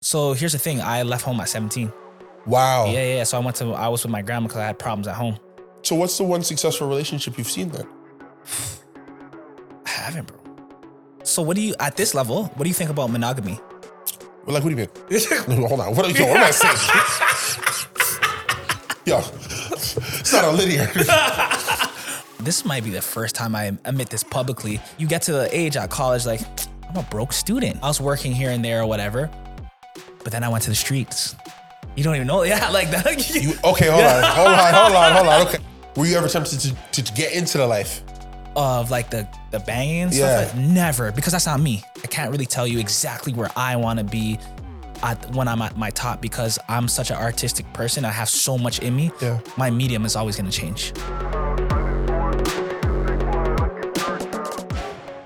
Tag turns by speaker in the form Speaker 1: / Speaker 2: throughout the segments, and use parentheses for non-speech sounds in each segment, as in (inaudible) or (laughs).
Speaker 1: So here's the thing: I left home at 17.
Speaker 2: Wow.
Speaker 1: Yeah, yeah. yeah. So I went to I was with my grandma because I had problems at home.
Speaker 2: So what's the one successful relationship you've seen then?
Speaker 1: I haven't, bro. So what do you at this level? What do you think about monogamy?
Speaker 2: Well, like, what do you mean? (laughs) Hold on. What, yo, what am I saying? (laughs) yo, it's not a linear. (laughs)
Speaker 1: This might be the first time I admit this publicly. You get to the age at college, like I'm a broke student. I was working here and there or whatever, but then I went to the streets. You don't even know, (laughs) yeah, like that.
Speaker 2: You, okay, hold on. Hold on, hold on, hold on. Okay. Were you ever tempted to, to get into the life?
Speaker 1: of like the the banging and
Speaker 2: Yeah.
Speaker 1: stuff. Like, never, because that's not me. I can't really tell you exactly where I want to be at when I'm at my top because I'm such an artistic person. I have so much in me.
Speaker 2: Yeah.
Speaker 1: My medium is always going to change.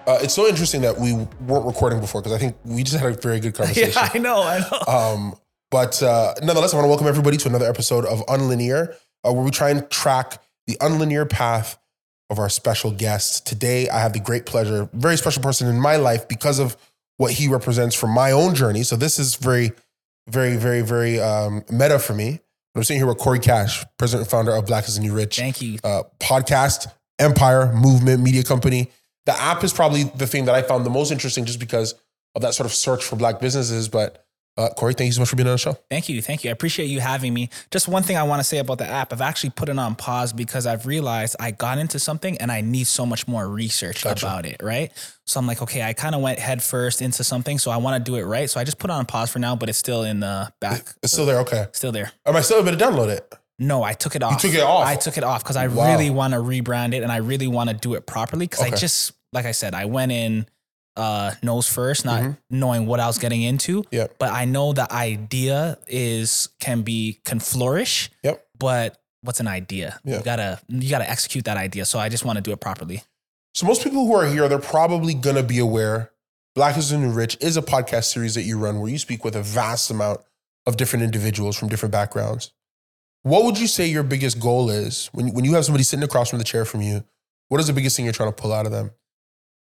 Speaker 2: Uh, it's so interesting that we weren't recording before because I think we just had a very (laughs) good conversation.
Speaker 1: I know. I know.
Speaker 2: Um, but uh, nonetheless, I want to welcome everybody to another episode of Unlinear, uh, where we try and track the unlinear path of our special guest. Today, I have the great pleasure, very special person in my life because of what he represents from my own journey. So this is very, very, very, very um, meta for me. I'm sitting here with Corey Cash, president and founder of Black is the New
Speaker 1: (laughs)
Speaker 2: Rich
Speaker 1: Thank you.
Speaker 2: uh, podcast, empire, movement, media company. The app is probably the thing that I found the most interesting just because of that sort of search for black businesses. But uh, Corey, thank you so much for being on the show.
Speaker 1: Thank you. Thank you. I appreciate you having me. Just one thing I want to say about the app. I've actually put it on pause because I've realized I got into something and I need so much more research
Speaker 2: Gotcha.
Speaker 1: about it, right? So I'm like, okay, I kind of went head first into something, so I want to do it right. So I just put it on pause for now, but it's still in the back.
Speaker 2: It's still there. Okay.
Speaker 1: Still there.
Speaker 2: Am I still able to download it?
Speaker 1: No, I took it off.
Speaker 2: took it off?
Speaker 1: I took it off because I
Speaker 2: Wow.
Speaker 1: really want to rebrand it and I really want to do it properly. Because I
Speaker 2: Okay.
Speaker 1: just, like I said, I went in uh, nose first, not
Speaker 2: Mhm.
Speaker 1: knowing what I was getting into.
Speaker 2: Yep.
Speaker 1: But I know the idea is can be can flourish.
Speaker 2: Yep.
Speaker 1: But what's an idea?
Speaker 2: Yeah.
Speaker 1: You gotta you gotta execute that idea. So I just want to do it properly.
Speaker 2: So most people who are here, they're probably gonna be aware. Black is the New Rich is a podcast series that you run where you speak with a vast amount of different individuals from different backgrounds. What would you say your biggest goal is when, when you have somebody sitting across from the chair from you? What is the biggest thing you're trying to pull out of them?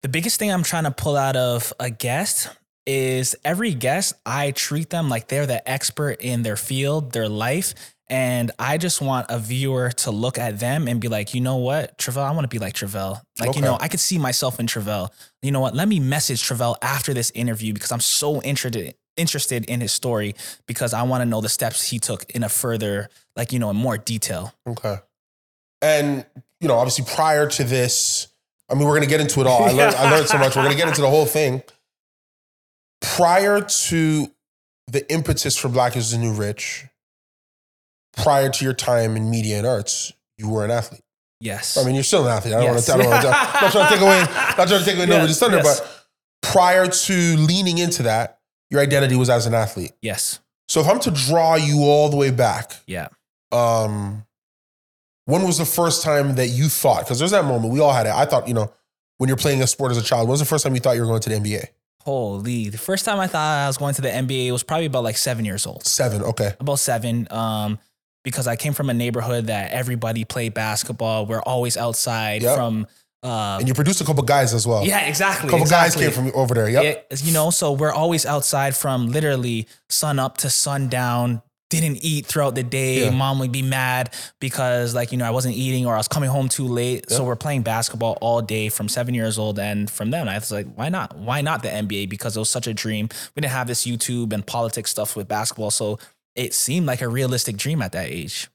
Speaker 1: The biggest thing I'm trying to pull out of a guest is every guest, I treat them like they're the expert in their field, their life. And I just want a viewer to look at them and be like, you know what, Travell, I want to be like Travell. Like, you
Speaker 2: Okay.
Speaker 1: know, I could see myself in Travell. You know what? Let me message Travell after this interview because I'm so interested interested in his story because I want to know the steps he took in a further, like, you know, in more detail.
Speaker 2: Okay. And, you know, obviously prior to this, I mean, we're going to get into
Speaker 1: (laughs)
Speaker 2: it all. I, learned, I learned so much. We're going to get into the whole thing. Prior to the impetus for Black is the New Rich, prior to your time in media and arts, you were an athlete.
Speaker 1: Yes.
Speaker 2: I mean, you're still an athlete. I don't
Speaker 1: Yes.
Speaker 2: want to, I don't want to, not trying to take away,
Speaker 1: (laughs)
Speaker 2: not trying to take away nobody's
Speaker 1: Yes,
Speaker 2: thunder,
Speaker 1: yes.
Speaker 2: but prior to leaning into that, your identity was as an athlete.
Speaker 1: yes.
Speaker 2: So if I'm to draw you all the way back,
Speaker 1: Yeah.
Speaker 2: um when was the first time that you thought because there's that moment we all had it i thought you know when you're playing a sport as a child when was the first time you thought you were going to the nba
Speaker 1: Holy. The first time I thought I was going to the NBA was probably about like seven years old,
Speaker 2: seven okay
Speaker 1: about seven. Um, because I came from a neighborhood that everybody played basketball. We're always outside
Speaker 2: Yep.
Speaker 1: from, uh,
Speaker 2: and you produced a couple guys as well
Speaker 1: yeah, exactly.
Speaker 2: a couple
Speaker 1: exactly.
Speaker 2: guys came from over there yep
Speaker 1: Yeah, you know, so we're always outside from literally sun up to sundown. Didn't eat throughout the day.
Speaker 2: Yeah.
Speaker 1: Mom would be mad because, like, you know, I wasn't eating or I was coming home too late. So
Speaker 2: Yeah.
Speaker 1: we're playing basketball all day from seven years old. And from then, I was like, why not? Why not the NBA? Because it was such a dream. We didn't have this YouTube and politics stuff with basketball. So it seemed like a realistic dream at that age.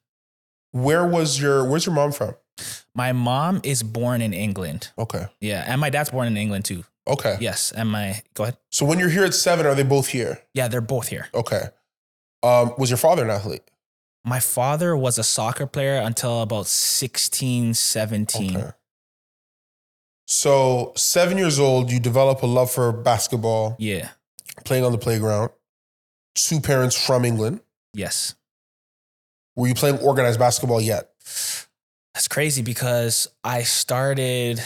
Speaker 2: where was your where's your mom from
Speaker 1: My mom is born in England.
Speaker 2: okay
Speaker 1: Yeah. And my dad's born in England too.
Speaker 2: okay
Speaker 1: Yes. And my, go ahead.
Speaker 2: so when you're here at seven are they both here
Speaker 1: Yeah, they're both here.
Speaker 2: okay um was your father an athlete
Speaker 1: my father was a soccer player until about 16 17
Speaker 2: okay so seven years old you develop a love for basketball
Speaker 1: yeah
Speaker 2: playing on the playground two parents from england
Speaker 1: yes
Speaker 2: were you playing organized basketball yet
Speaker 1: that's crazy because i started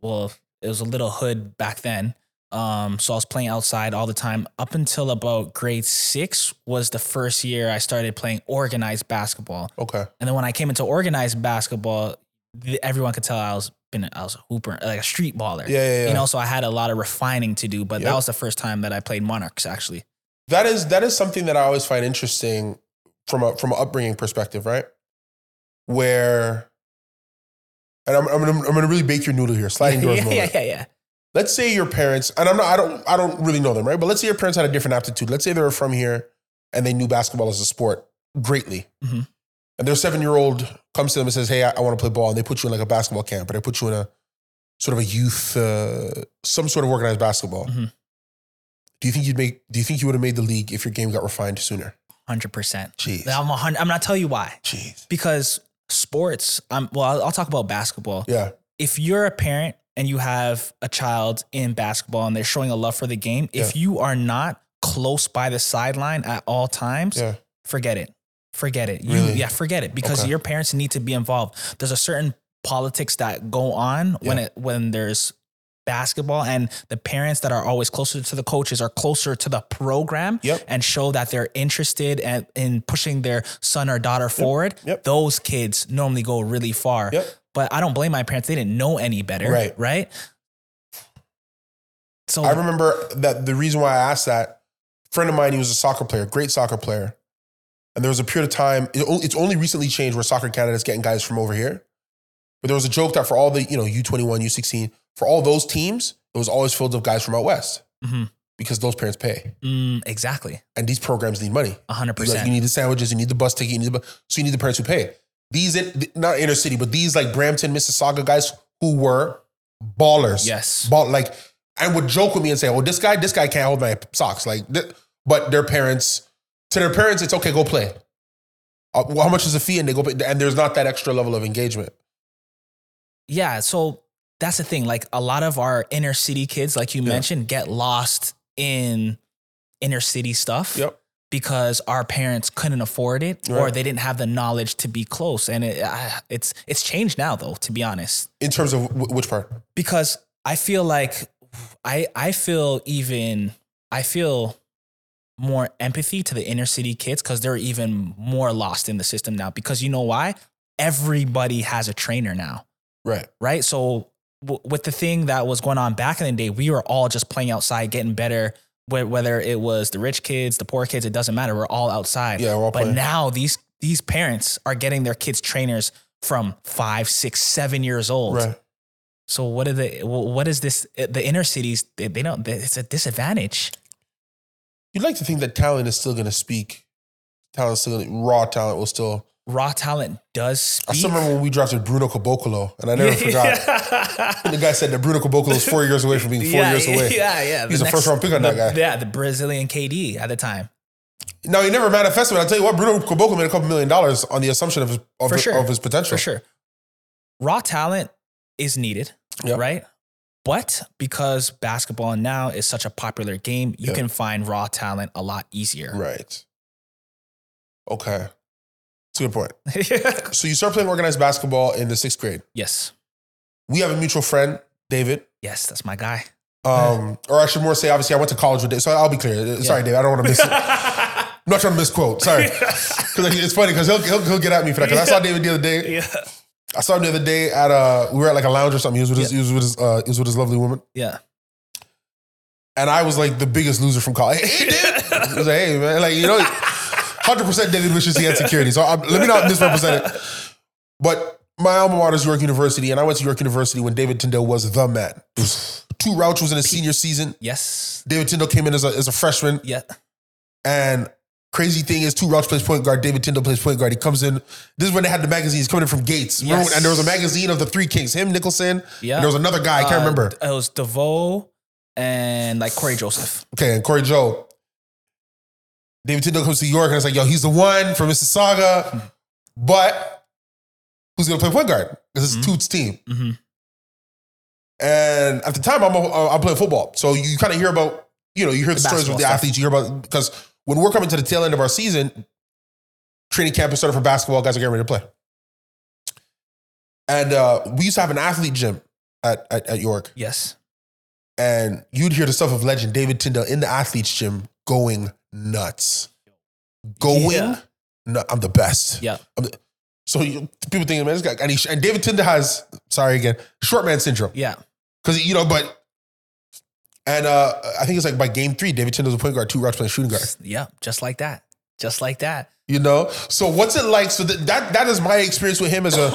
Speaker 1: well it was a little hood back then um so i was playing outside all the time up until about grade six was the first year i started playing organized basketball
Speaker 2: Okay.
Speaker 1: and then when i came into organized basketball th- everyone could tell i was been i was a hooper like a street baller
Speaker 2: Yeah, yeah, yeah.
Speaker 1: you know so i had a lot of refining to do but that
Speaker 2: Yep.
Speaker 1: was the first time that i played monarchs actually
Speaker 2: That is that is something that I always find interesting from a from an upbringing perspective, right? Where, and I'm I'm gonna, I'm gonna really bake your noodle here,
Speaker 1: (laughs)
Speaker 2: sliding doors
Speaker 1: yeah,
Speaker 2: moment.
Speaker 1: yeah, yeah, yeah.
Speaker 2: Let's say your parents, and I'm not I don't I don't really know them, right? But let's say your parents had a different aptitude. Let's say they were from here and they knew basketball as a sport greatly,
Speaker 1: Mhm.
Speaker 2: and their seven year old comes to them and says, "Hey, I, I want to play ball," and they put you in like a basketball camp, or they put you in a sort of a youth, uh, some sort of organized basketball.
Speaker 1: Mhm.
Speaker 2: Do you think you'd make? Do you think you would have made the league if your game got refined sooner?
Speaker 1: Hundred percent.
Speaker 2: Jeez,
Speaker 1: I'm a hundred. I'm not tell you why
Speaker 2: jeez,
Speaker 1: because sports. Um, well, I'll, I'll talk about basketball.
Speaker 2: yeah,
Speaker 1: If you're a parent and you have a child in basketball and they're showing a love for the game, if you are not close by the sideline at all times,
Speaker 2: yeah.
Speaker 1: forget it. Forget it. You,
Speaker 2: Really?
Speaker 1: Yeah, forget it because
Speaker 2: Okay.
Speaker 1: your parents need to be involved. There's a certain politics that go on when it when there's basketball and the parents that are always closer to the coaches are closer to the program
Speaker 2: Yep.
Speaker 1: and show that they're interested and in pushing their son or daughter forward.
Speaker 2: Yep.
Speaker 1: Those kids normally go really far.
Speaker 2: Yep.
Speaker 1: But I don't blame my parents. They didn't know any better.
Speaker 2: Right.
Speaker 1: Right. So
Speaker 2: I remember that the reason why I asked that friend of mine, he was a soccer player, great soccer player, and there was a period of time. it o- It's only recently changed where Soccer Canada is getting guys from over here, but there was a joke that for all the you know U twenty one, U sixteen, for all those teams, it was always filled with guys from out west
Speaker 1: Mhm.
Speaker 2: because those parents pay,
Speaker 1: Mm, exactly.
Speaker 2: and these programs need money.
Speaker 1: hundred
Speaker 2: You, like,
Speaker 1: percent.
Speaker 2: you need the sandwiches, you need the bus ticket, you need the bu- so you need the parents who pay. These in, th- not inner city, but these like Brampton, Mississauga guys who were ballers.
Speaker 1: Yes.
Speaker 2: Ball like and would joke with me and say, "Well, this guy, this guy can't hold my socks." Like, th- but their parents, to their parents, it's okay, go play. Uh, well, how much is the fee? And they go, pay, and there's not that extra level of engagement.
Speaker 1: yeah so that's the thing like a lot of our inner city kids like you
Speaker 2: Yeah.
Speaker 1: mentioned get lost in inner city stuff
Speaker 2: Yep.
Speaker 1: because our parents couldn't afford it or
Speaker 2: Right.
Speaker 1: they didn't have the knowledge to be close and it, I, it's it's changed now though to be honest
Speaker 2: In terms of w- which part?
Speaker 1: because i feel like i i feel even i feel more empathy to the inner city kids because they're even more lost in the system now because you know why everybody has a trainer now
Speaker 2: Right.
Speaker 1: right? So w- with the thing that was going on back in the day, we were all just playing outside, getting better. wh- Whether it was the rich kids, the poor kids, it doesn't matter. We're all outside.
Speaker 2: Yeah, we're all
Speaker 1: but
Speaker 2: playing.
Speaker 1: now these these parents are getting their kids trainers from five, six, seven years old.
Speaker 2: Right.
Speaker 1: So what are the wh- what is this? eh, The inner cities they, they don't. It's a disadvantage.
Speaker 2: You'd like to think that talent is still going to speak. Talent, is still gonna, raw talent, will still.
Speaker 1: Raw talent does
Speaker 2: I
Speaker 1: speak.
Speaker 2: still remember when we drafted Bruno Caboclo, and
Speaker 1: (laughs)
Speaker 2: I never forgot. The guy said that Bruno Caboclo is four years away from being four
Speaker 1: yeah,
Speaker 2: years away.
Speaker 1: Yeah, yeah.
Speaker 2: He's a first-round pick on
Speaker 1: the-
Speaker 2: that guy.
Speaker 1: Yeah, the Brazilian KD at the time.
Speaker 2: Now he never manifested. But I'll tell you what, Bruno Caboclo made a couple million dollars on the assumption of his of,
Speaker 1: For
Speaker 2: his,
Speaker 1: sure.
Speaker 2: of his potential.
Speaker 1: For sure. Raw talent is needed,
Speaker 2: Yep.
Speaker 1: right? But because basketball now is such a popular game, you
Speaker 2: Yep.
Speaker 1: can find raw talent a lot easier.
Speaker 2: Right. Okay. It's a good point. So you start playing organized basketball in the sixth grade.
Speaker 1: (laughs) yes.
Speaker 2: We have a mutual friend, David.
Speaker 1: Yes, that's my
Speaker 2: (laughs)
Speaker 1: guy.
Speaker 2: Um,
Speaker 1: Hmm.
Speaker 2: or I should more say, obviously, I went to college with David. So I'll be clear. Sorry, David. I don't
Speaker 1: (laughs)
Speaker 2: want to miss. I'm
Speaker 1: yeah.
Speaker 2: not trying to misquote.
Speaker 1: (laughs)
Speaker 2: Sorry, because it's funny because he'll, he'll he'll get at me for that. Because I saw David the other day. I saw him the other day at uh we were at like a lounge or something. He was with his he was with his uh he was with his lovely woman.
Speaker 1: Yeah.
Speaker 2: And I was like the biggest loser from college. Hey,
Speaker 1: (laughs)
Speaker 2: David. I was like, hey man, like you know, hundred percent David wishes he had security. So I'm, let me not misrepresent it. But my alma mater is York University, and I went to York University when David Tyndall was the man. Two Rouch was in his senior season.
Speaker 1: Yes.
Speaker 2: David Tyndall came in as a, as a freshman,
Speaker 1: Yeah.
Speaker 2: and crazy thing is, Two Rouch plays point guard. David Tyndall plays point guard. He comes in. This is when they had the magazines coming in from Gates. Remember
Speaker 1: Yes.
Speaker 2: when- and there was a magazine of the three kings: him, Nicholson,
Speaker 1: Yeah.
Speaker 2: and there was another guy I can't
Speaker 1: Uh,
Speaker 2: remember.
Speaker 1: It was DeVoe and like Corey Joseph.
Speaker 2: Okay, and Corey Joe. David Tindall comes to York and it's like, yo, he's the one from Mississauga, but who's gonna play point guard? This is
Speaker 1: Mhm.
Speaker 2: Toots' team.
Speaker 1: hmm
Speaker 2: And at the time, I'm, uh, I'm playing football. So you kind of hear about, you know, you hear the,
Speaker 1: The
Speaker 2: stories
Speaker 1: basketball
Speaker 2: with the
Speaker 1: stuff.
Speaker 2: athletes, you hear about, because when we're coming to the tail end of our season, training camp has started for basketball, guys are getting ready to play. And uh, we used to have an athlete gym at, at, at York.
Speaker 1: Yes.
Speaker 2: and you'd hear the stuff of legend David Tyndall in the athletes gym going nuts, going.
Speaker 1: Yeah.
Speaker 2: nu- I'm the best.
Speaker 1: Yeah.
Speaker 2: I'm the- so you, people think, man, this guy, and, he, and David Tyndall has, sorry again, short man syndrome
Speaker 1: Yeah.
Speaker 2: because you know, but And uh, I think it's like by game three, David Chin was a point guard, two Rocks playing shooting guard.
Speaker 1: Yeah, just like that. Just like that.
Speaker 2: You know, so what's it like? So that that, that is my experience with him as a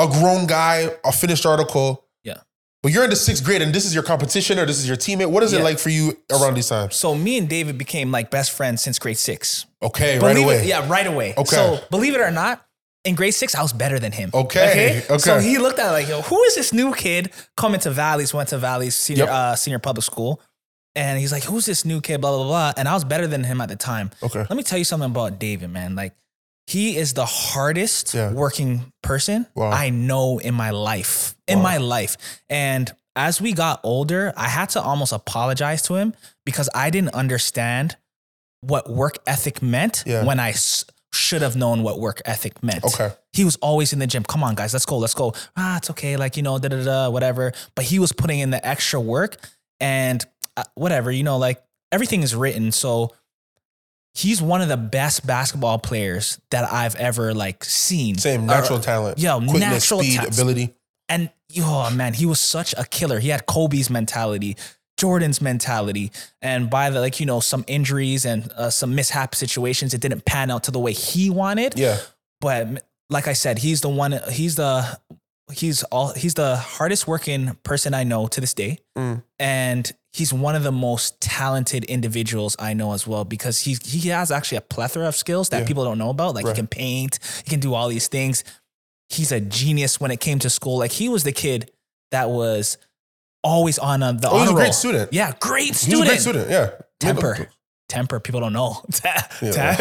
Speaker 2: a grown guy, a finished article.
Speaker 1: Yeah.
Speaker 2: But you're in the sixth grade, and this is your competition, or this is your teammate. What is it
Speaker 1: Yeah.
Speaker 2: like for you around these times?
Speaker 1: So me and David became like best friends since grade six.
Speaker 2: Okay, right
Speaker 1: Believe
Speaker 2: away.
Speaker 1: It, yeah, right away.
Speaker 2: Okay.
Speaker 1: So believe it or not, in grade six, I was better than him.
Speaker 2: Okay, okay.
Speaker 1: So he looked at it like, yo, who is this new kid coming to Valleys? Went to Valleys senior
Speaker 2: Yep.
Speaker 1: uh, senior public school, and he's like, who's this new kid? Blah blah blah. And I was better than him at the time.
Speaker 2: Okay.
Speaker 1: Let me tell you something about David, man. Like he is the hardest
Speaker 2: Yeah.
Speaker 1: working person
Speaker 2: Wow.
Speaker 1: I know in my life. In
Speaker 2: Wow.
Speaker 1: my life. And as we got older, I had to almost apologize to him because I didn't understand what work ethic meant
Speaker 2: Yeah.
Speaker 1: when I s- should have known what work ethic meant.
Speaker 2: Okay.
Speaker 1: He was always in the gym. Come on, guys, let's go, let's go. Ah, it's okay, like, you know, da da da, whatever. But he was putting in the extra work and uh, whatever, you know, like everything is written. So he's one of the best basketball players that I've ever like seen.
Speaker 2: Same
Speaker 1: Or-
Speaker 2: natural talent.
Speaker 1: yo,
Speaker 2: quickness,
Speaker 1: natural
Speaker 2: speed,
Speaker 1: talent.
Speaker 2: ability.
Speaker 1: and oh man, he was such a killer. He had Kobe's mentality, Jordan's mentality, and by the like, you know, some injuries and uh, some mishap situations, it didn't pan out to the way he wanted.
Speaker 2: Yeah.
Speaker 1: But m- like I said, he's the one. He's the he's all he's the hardest working person I know to this day,
Speaker 2: Mm.
Speaker 1: and he's one of the most talented individuals I know as well because he's he has actually a plethora of skills that
Speaker 2: Yeah.
Speaker 1: people don't know about. Like
Speaker 2: Right.
Speaker 1: he can paint, he can do all these things. He's a genius when it came to school. Like he was the kid that was always on a, the
Speaker 2: Oh, he was
Speaker 1: honor
Speaker 2: a
Speaker 1: roll.
Speaker 2: great student.
Speaker 1: Yeah, great
Speaker 2: He was a
Speaker 1: student.
Speaker 2: great student. Yeah.
Speaker 1: Temper. Temper, people don't know. (laughs) Tem-
Speaker 2: Yeah,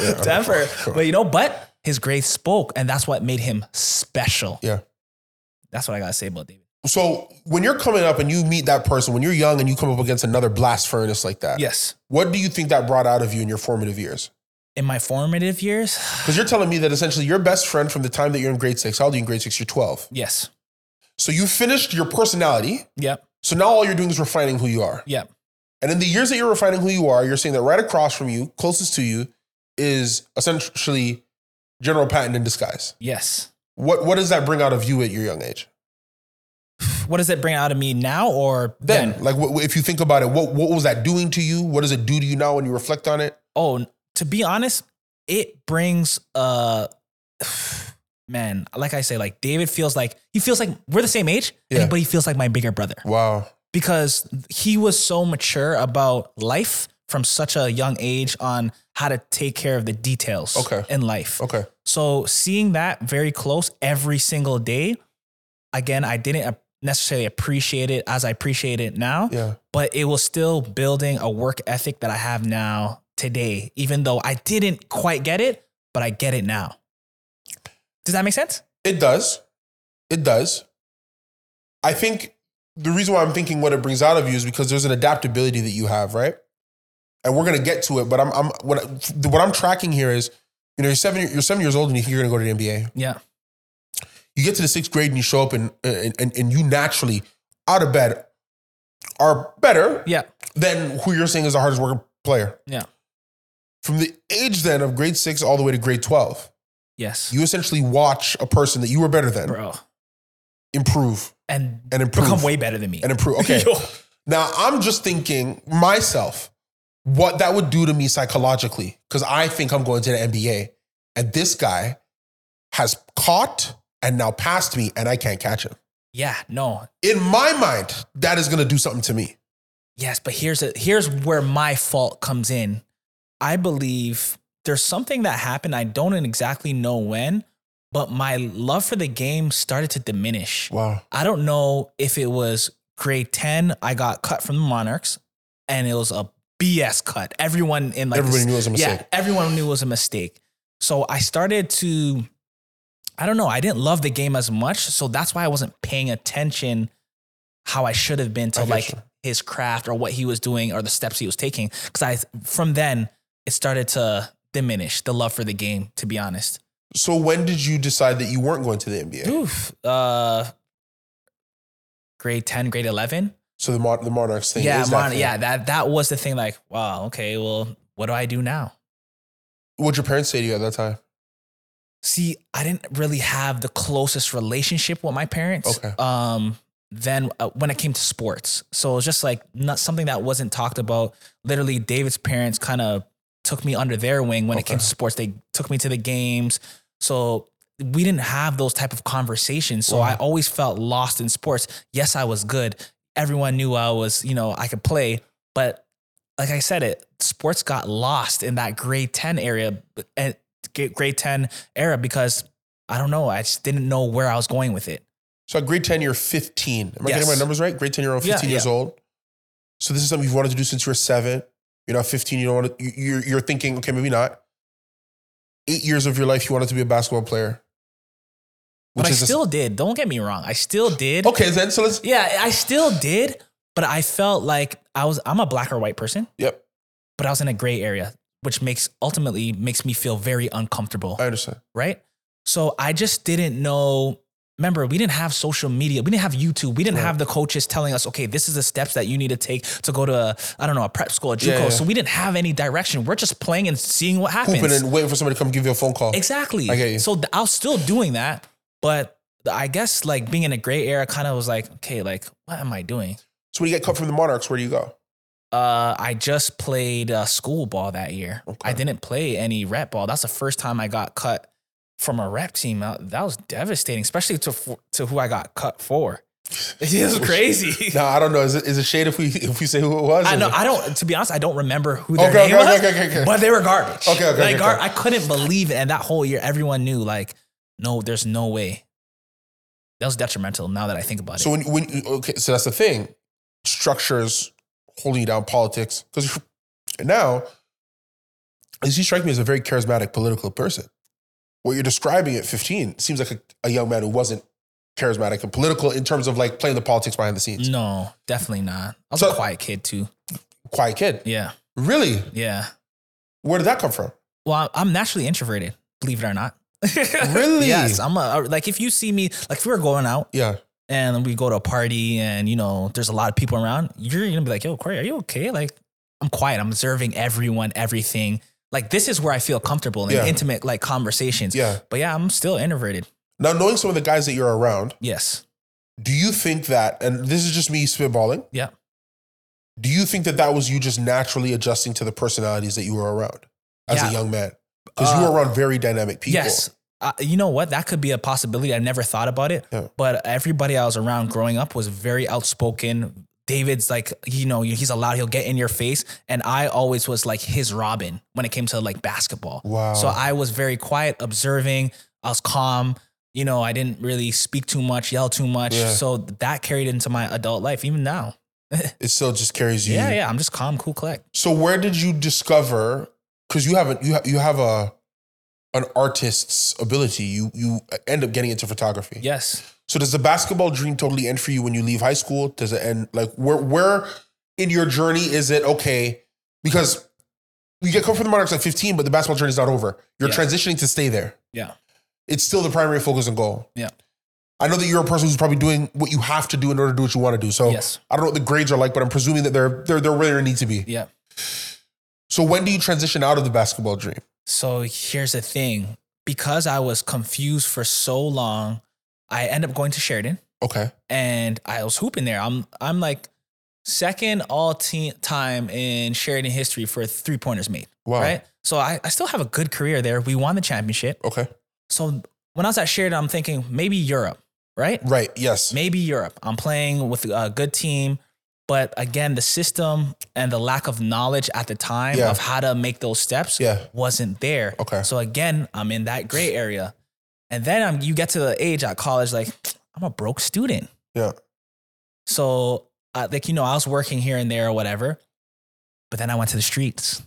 Speaker 2: yeah.
Speaker 1: temper. But you know, but his grades spoke, and that's what made him special.
Speaker 2: Yeah.
Speaker 1: That's what I gotta say about David.
Speaker 2: So when you're coming up and you meet that person, when you're young and you come up against another blast furnace like that,
Speaker 1: Yes.
Speaker 2: what do you think that brought out of you in your formative years?
Speaker 1: In my formative years,
Speaker 2: Because you're telling me that essentially your best friend from the time that you're in grade six, how old are you in grade six? You're 12.
Speaker 1: yes.
Speaker 2: So you finished your personality.
Speaker 1: Yep.
Speaker 2: So now all you're doing is refining who you are.
Speaker 1: Yep.
Speaker 2: And in the years that you're refining who you are, you're saying that right across from you, closest to you, is essentially General Patton in disguise.
Speaker 1: Yes.
Speaker 2: What, what does that bring out of you at your young age?
Speaker 1: What does it bring out of me now or then?
Speaker 2: Then, like, what, if you think about it, what, what was that doing to you? What does it do to you now when you reflect on it?
Speaker 1: Oh, to be honest, it brings uh (sighs) man, like I say, like David feels like he feels like we're the same age,
Speaker 2: Yeah.
Speaker 1: but he feels like my bigger brother.
Speaker 2: Wow.
Speaker 1: because he was so mature about life from such a young age on how to take care of the details
Speaker 2: Okay.
Speaker 1: in life.
Speaker 2: Okay.
Speaker 1: So seeing that very close every single day, again, I didn't necessarily appreciate it as I appreciate it now,
Speaker 2: Yeah.
Speaker 1: but it was still building a work ethic that I have now today, even though I didn't quite get it, but I get it now. Does that make sense?
Speaker 2: It does. It does. I think the reason why I'm thinking what it brings out of you is because there's an adaptability that you have, right? And we're gonna get to it, but I'm, I'm what, I- what I'm tracking here is, you know, you're seven, you're seven years old, and you think you're gonna go to the NBA.
Speaker 1: Yeah.
Speaker 2: You get to the sixth grade, and you show up, and and and, and you naturally out of bed are better
Speaker 1: Yeah.
Speaker 2: than who you're saying is the hardest working player.
Speaker 1: Yeah.
Speaker 2: From the age then of grade six all the way to grade twelve,
Speaker 1: Yes.
Speaker 2: you essentially watch a person that you were better than
Speaker 1: Bro.
Speaker 2: improve
Speaker 1: And,
Speaker 2: and improve
Speaker 1: become way better than me. (laughs)
Speaker 2: and improve. Okay.
Speaker 1: Yo.
Speaker 2: now I'm just thinking myself what that would do to me psychologically because I think I'm going to the NBA and this guy has caught and now passed me and I can't catch him.
Speaker 1: Yeah, no.
Speaker 2: In my mind, that is going to do something to me.
Speaker 1: Yes, but here's a, here's where my fault comes in. I believe there's something that happened. I don't exactly know when, but my love for the game started to diminish.
Speaker 2: Wow.
Speaker 1: I don't know if it was grade 10, I got cut from the Monarchs and it was a BS cut. Everyone in like
Speaker 2: Everybody
Speaker 1: this-
Speaker 2: knew it was a mistake.
Speaker 1: Yeah, everyone knew it was a mistake. So I started to, I don't know, I didn't love the game as much. So that's why I wasn't paying attention how I should have been
Speaker 2: I
Speaker 1: to
Speaker 2: get
Speaker 1: like
Speaker 2: you.
Speaker 1: his craft or what he was doing or the steps he was taking. Cause I, from then, it started to diminish the love for the game, to be honest.
Speaker 2: So when did you decide that you weren't going to the NBA?
Speaker 1: Oof. Uh, grade 10, grade 11.
Speaker 2: So the, Mon- the Monarchs thing.
Speaker 1: yeah,
Speaker 2: is that
Speaker 1: Mon-
Speaker 2: thing.
Speaker 1: yeah, that that was the thing. Like, wow, okay, well, what do I do now?
Speaker 2: What'd your parents say to you at that time?
Speaker 1: See, I didn't really have the closest relationship with my parents.
Speaker 2: Okay.
Speaker 1: Um, than uh, when it came to sports. So it was just like not something that wasn't talked about. Literally, David's parents kind of took me under their wing when it came
Speaker 2: Okay.
Speaker 1: to sports. They took me to the games. So we didn't have those type of conversations. So
Speaker 2: Wow.
Speaker 1: I always felt lost in sports. Yes, I was good. Everyone knew I was, you know, I could play, but like I said, it sports got lost in that grade ten area and grade ten era because I don't know, I just didn't know where I was going with it.
Speaker 2: So at grade 10, you're 15. Am I
Speaker 1: Yes.
Speaker 2: getting my numbers right? Grade 10, you're around
Speaker 1: Yeah,
Speaker 2: 15 years old. So this is something you've wanted to do since you were seven. You're not 15. You don't want to, you- you're, you're thinking, okay, maybe not. Eight years of your life, you wanted to be a basketball player.
Speaker 1: But I
Speaker 2: a- Oh.
Speaker 1: still did. Don't get me wrong, I still
Speaker 2: (gasps)
Speaker 1: did.
Speaker 2: okay, then. So let's,
Speaker 1: Yeah, I still did. But I felt like I was. I'm a black or white person,
Speaker 2: yep,
Speaker 1: but I was in a gray area, which makes ultimately makes me feel very uncomfortable.
Speaker 2: I understand.
Speaker 1: right? So I just didn't know. Remember, we didn't have social media. We didn't have YouTube. We didn't
Speaker 2: Right.
Speaker 1: have the coaches telling us, okay, this is the steps that you need to take to go to, a, I don't know, a prep school, a JUCO.
Speaker 2: Yeah, yeah.
Speaker 1: So we didn't have any direction. We're just playing and seeing what happens.
Speaker 2: Hooping and (laughs) waiting for somebody to come give you a phone call.
Speaker 1: Exactly.
Speaker 2: I get you.
Speaker 1: So th- I was still doing that, but I guess like being in a gray area kind of was like, okay, like what am I doing?
Speaker 2: So when you get cut from the Monarchs, where do you go?
Speaker 1: Uh, I just played uh, school ball that year.
Speaker 2: Okay.
Speaker 1: I didn't play any rep ball. That's the first time I got cut from a rep team. Uh, That was devastating, especially to f- to who I got cut
Speaker 2: (laughs)
Speaker 1: for. (laughs) This is crazy.
Speaker 2: No, I don't know. Is it, is it shade if we if we say who it was?
Speaker 1: I
Speaker 2: Or-
Speaker 1: know. I don't. To be honest, I don't remember who their
Speaker 2: Okay,
Speaker 1: name
Speaker 2: okay,
Speaker 1: was,
Speaker 2: okay, okay, okay.
Speaker 1: but they were garbage.
Speaker 2: Okay, okay,
Speaker 1: Like
Speaker 2: okay,
Speaker 1: gar-
Speaker 2: okay.
Speaker 1: I couldn't believe it. And that whole year, everyone knew like, no, there's no way. That was detrimental. Now that I think about it.
Speaker 2: So when when you- okay, so that's the thing, structures holding you down, politics. (laughs) Because now, as you strike me as a very charismatic political person, what you're describing at 15 seems like a, a young man who wasn't charismatic and political in terms of like playing the politics behind the scenes.
Speaker 1: No, definitely not. I was
Speaker 2: So-
Speaker 1: a quiet kid too.
Speaker 2: Quiet kid.
Speaker 1: Yeah,
Speaker 2: Really?
Speaker 1: yeah.
Speaker 2: Where did that
Speaker 1: (laughs)
Speaker 2: come from?
Speaker 1: Well, I- I'm naturally introverted, believe it or (laughs) not.
Speaker 2: Really?
Speaker 1: Yes, I'm a uh, like if you see me like if we were going out
Speaker 2: Yeah.
Speaker 1: and we go to a party and you know there's a lot of people around, you're gonna be like, "Yo, Corey, are you okay?" Like I'm quiet. I'm observing everyone, everything. Like this is where I feel comfortable in
Speaker 2: Yeah.
Speaker 1: intimate like conversations.
Speaker 2: Yeah.
Speaker 1: But yeah, I'm still introverted.
Speaker 2: Now, knowing some of the guys that you're around,
Speaker 1: Yes.
Speaker 2: do you think that, and this is just me spitballing,
Speaker 1: Yeah.
Speaker 2: do you think that that was you just naturally adjusting to the personalities that you were around as
Speaker 1: Yeah.
Speaker 2: a young man? Because you
Speaker 1: Uh,
Speaker 2: were around very dynamic people.
Speaker 1: Yes. Uh, you know what? That could be a possibility. I never thought about it.
Speaker 2: Yeah.
Speaker 1: But everybody I was around growing up was very outspoken. David's like, you know, he's allowed, he'll get in your face. And I always was like his Robin when it came to like basketball.
Speaker 2: Wow.
Speaker 1: So I was very quiet, observing. I was calm. You know, I didn't really speak too much, yell too much.
Speaker 2: Yeah.
Speaker 1: So that carried into my adult life, even now.
Speaker 2: it still just carries you.
Speaker 1: Yeah, yeah. I'm just calm, cool, collect.
Speaker 2: So where did you discover? Because you haven't you have you have a an artist's ability. You you end up getting into photography.
Speaker 1: Yes.
Speaker 2: So does the basketball dream totally end for you when you leave high school? Does it end like where where in your journey is it okay? Because you get come from the Monarchs at 15, but the basketball journey is not over. You're
Speaker 1: Yeah.
Speaker 2: transitioning to stay there.
Speaker 1: Yeah.
Speaker 2: It's still the primary focus and goal.
Speaker 1: Yeah.
Speaker 2: I know that you're a person who's probably doing what you have to do in order to do what you want to do. So
Speaker 1: Yes.
Speaker 2: I don't know what the grades are like, but I'm presuming that they're they're they're where they need to be.
Speaker 1: Yeah.
Speaker 2: So when do you transition out of the basketball dream?
Speaker 1: So here's the thing because I was confused for so long, I end up going to Sheridan
Speaker 2: Okay.
Speaker 1: and I was hooping there. I'm I'm like second all team time in Sheridan history for three pointers made.
Speaker 2: Wow.
Speaker 1: Right. So I, I still have a good career there. We won the championship.
Speaker 2: Okay.
Speaker 1: So when I was at Sheridan, I'm thinking maybe Europe, right?
Speaker 2: Right. Yes.
Speaker 1: Maybe Europe. I'm playing with a good team, but again, the system and the lack of knowledge at the time
Speaker 2: Yeah.
Speaker 1: of how to make those steps
Speaker 2: Yeah.
Speaker 1: wasn't there.
Speaker 2: Okay.
Speaker 1: So again, I'm in that gray area. And then I'm, you get to the age at college, like, I'm a broke student.
Speaker 2: Yeah.
Speaker 1: So, uh, like, you know, I was working here and there or whatever, but then I went to the streets.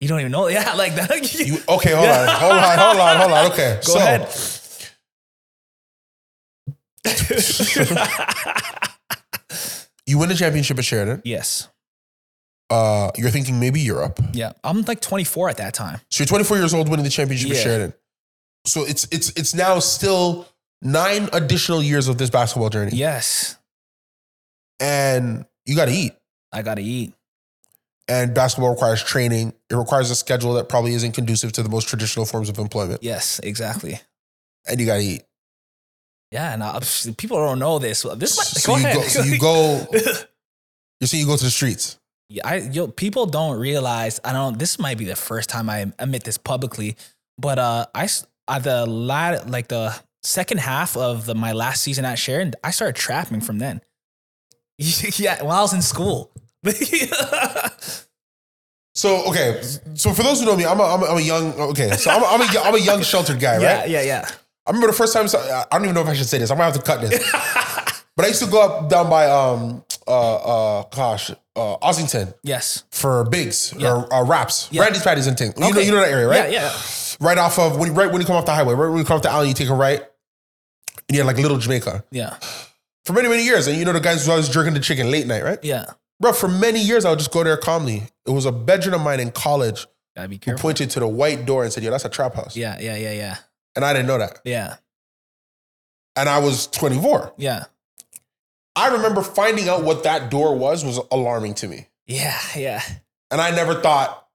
Speaker 1: You don't even know. (laughs) Yeah. Like that.
Speaker 2: You, (laughs) okay. Hold on.
Speaker 1: Yeah.
Speaker 2: Hold on. Hold on. Hold on. Okay.
Speaker 1: (laughs) Go
Speaker 2: so
Speaker 1: ahead.
Speaker 2: you win the championship at Sheridan.
Speaker 1: (laughs) yes.
Speaker 2: Uh, you're thinking maybe Europe.
Speaker 1: Yeah. I'm like 24 at that time.
Speaker 2: So you're 24 years old winning the championship at
Speaker 1: Yeah.
Speaker 2: Sheridan. So it's it's it's now still nine additional years of this basketball journey.
Speaker 1: Yes.
Speaker 2: And you gotta eat.
Speaker 1: I got to eat.
Speaker 2: And basketball requires training. It requires a schedule that probably isn't conducive to the most traditional forms of employment.
Speaker 1: Yes. Exactly.
Speaker 2: And you gotta eat.
Speaker 1: Yeah, and I, (laughs) people don't know this. This might,
Speaker 2: So
Speaker 1: go
Speaker 2: you
Speaker 1: ahead.
Speaker 2: go. So you go.
Speaker 1: (laughs)
Speaker 2: (laughs) You're saying you go to the streets.
Speaker 1: Yeah, I yo, people don't realize. I don't. This might be the first time I admit this publicly, but uh, I s- uh, the lat like the second half of the, my last season at Sharon, I started trapping from then. (laughs) yeah, while I was in school. (laughs)
Speaker 2: So okay. So for those who know me, I'm a, I'm a, I'm a young. Okay. So I'm a, I'm a, I'm a young sheltered guy,
Speaker 1: (laughs)
Speaker 2: right?
Speaker 1: Yeah, yeah, yeah.
Speaker 2: I remember the first time. so- I don't even know if I should say this. I'm gonna have to cut this.
Speaker 1: (laughs)
Speaker 2: but I used to go up down by um uh uh gosh uh Ossington
Speaker 1: Yes.
Speaker 2: for Bigs
Speaker 1: Yeah.
Speaker 2: or uh, wraps,
Speaker 1: Yeah.
Speaker 2: Randy's Patties and things. You know
Speaker 1: Okay.
Speaker 2: you know that area, right?
Speaker 1: Yeah, yeah.
Speaker 2: Right off of when you, right when you come off the highway, right when you come off the alley, you take a right. And you're like Little Jamaica
Speaker 1: Yeah.
Speaker 2: for many many years, and you know the guys who always jerking the chicken late night, right?
Speaker 1: Yeah.
Speaker 2: Bro, for many years I would just go there calmly. It was a bedroom of mine in college
Speaker 1: Gotta be
Speaker 2: who
Speaker 1: careful.
Speaker 2: pointed to the white door and said, "Yo, that's a trap house,"
Speaker 1: Yeah, yeah, yeah, yeah.
Speaker 2: and I didn't know that.
Speaker 1: Yeah.
Speaker 2: And I was 24.
Speaker 1: Yeah.
Speaker 2: I remember finding out what that door was was alarming to me.
Speaker 1: Yeah. Yeah.
Speaker 2: And I never thought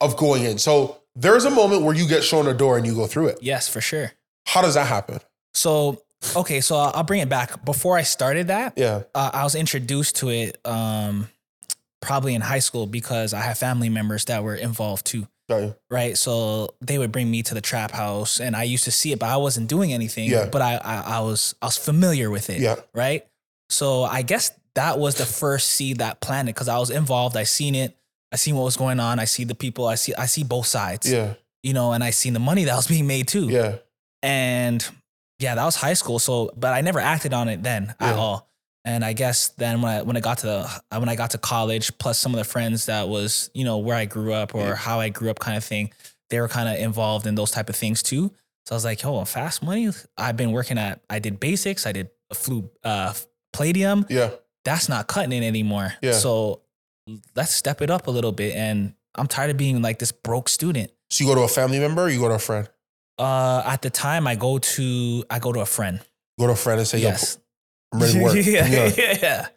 Speaker 2: of going in. So there's a moment where you get shown a door and you go through it.
Speaker 1: Yes, for sure.
Speaker 2: How does that happen?
Speaker 1: So okay, so I'll bring it back. Before I started that,
Speaker 2: Yeah.
Speaker 1: uh, I was introduced to it um, probably in high school because I have family members that were involved too,
Speaker 2: Got you.
Speaker 1: right? So they would bring me to the trap house, and I used to see it, but I wasn't doing anything.
Speaker 2: Yeah.
Speaker 1: But I, I, I was, I was familiar with it,
Speaker 2: Yeah.
Speaker 1: right? So I guess that was the first seed that planted because I was involved. I seen it. I seen what was going on. I see the people. I see, I see both sides,
Speaker 2: Yeah.
Speaker 1: you know, and I seen the money that was being made too
Speaker 2: Yeah.
Speaker 1: and yeah, that was high school. So, but I never acted on it then at
Speaker 2: Yeah.
Speaker 1: all. And I guess then when I when I got to the when I got to college, plus some of the friends that was you know where I grew up or
Speaker 2: Yeah.
Speaker 1: how I grew up kind of thing, they were kind of involved in those type of things too. So I was like, oh, fast money. I've been working at. I did basics. I did a flu uh, palladium.
Speaker 2: Yeah.
Speaker 1: That's not cutting it anymore.
Speaker 2: Yeah.
Speaker 1: So let's step it up a little bit. And I'm tired of being like this broke student.
Speaker 2: So you go to a family member, or you go to a friend.
Speaker 1: Uh, at the time, I go to I go to a friend.
Speaker 2: Go to a friend and say,
Speaker 1: Yes.
Speaker 2: "Yo, I'm ready to
Speaker 1: (laughs)
Speaker 2: work."
Speaker 1: yeah,
Speaker 2: yeah.
Speaker 1: yeah.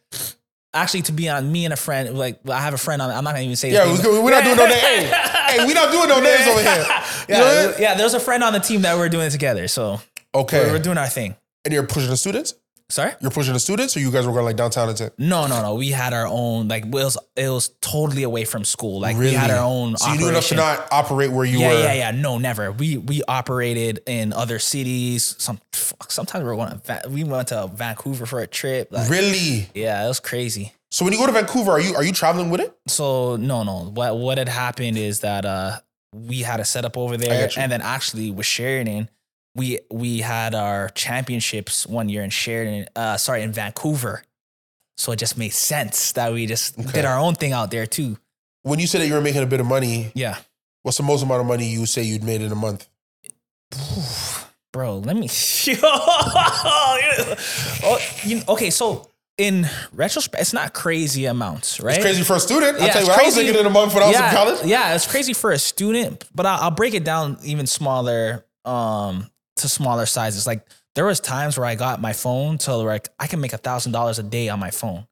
Speaker 1: Actually, to be on me and a friend, like well, I have a friend. On, I'm not gonna even say. his
Speaker 2: Yeah,
Speaker 1: name,
Speaker 2: we-
Speaker 1: but-
Speaker 2: we're not doing no name.
Speaker 1: (laughs)
Speaker 2: Hey, we not doing no names over here.
Speaker 1: Yeah,
Speaker 2: You
Speaker 1: (laughs)
Speaker 2: know what?
Speaker 1: yeah. There's a friend on the team that we're doing together, so we're, we're
Speaker 2: Okay.
Speaker 1: doing our thing.
Speaker 2: And you're pushing the students.
Speaker 1: Sorry.
Speaker 2: You're pushing the students, or you guys were going like downtown and
Speaker 1: No, no, no. We had our own. Like, it was, it was totally away from school. Like, we had
Speaker 2: Really?
Speaker 1: our own.
Speaker 2: So you knew enough to
Speaker 1: operation.
Speaker 2: not operate where you
Speaker 1: yeah,
Speaker 2: were.
Speaker 1: yeah, yeah. No, never. We we operated in other cities. Some fuck, sometimes we went to Va- we went to Vancouver for a trip. Like,
Speaker 2: Really.
Speaker 1: Yeah, it was crazy.
Speaker 2: So when you go to Vancouver, are you are you traveling with it?
Speaker 1: so no no what what had happened is that uh we had a setup over
Speaker 2: I
Speaker 1: there
Speaker 2: got you.
Speaker 1: and then actually with Sheridan we we had our championships one year in Sheridan uh sorry in Vancouver so it just made sense that we just
Speaker 2: Okay.
Speaker 1: did our own thing out there too
Speaker 2: When you said that you were making a bit of money,
Speaker 1: yeah
Speaker 2: what's the most amount of money you would say you'd made in a month?
Speaker 1: bro let
Speaker 2: (laughs)
Speaker 1: me (laughs) oh, you, okay so in retrospect it's not crazy amounts right
Speaker 2: It's crazy for a student. I'll
Speaker 1: Yeah,
Speaker 2: tell you
Speaker 1: it's
Speaker 2: what, I was
Speaker 1: crazy.
Speaker 2: making in a month when I was
Speaker 1: yeah,
Speaker 2: in college.
Speaker 1: Yeah, it's crazy for a student, but I'll, I'll break it down even smaller um, to smaller sizes. Like there was times where I got my phone to like I can make a thousand dollars a day on my phone,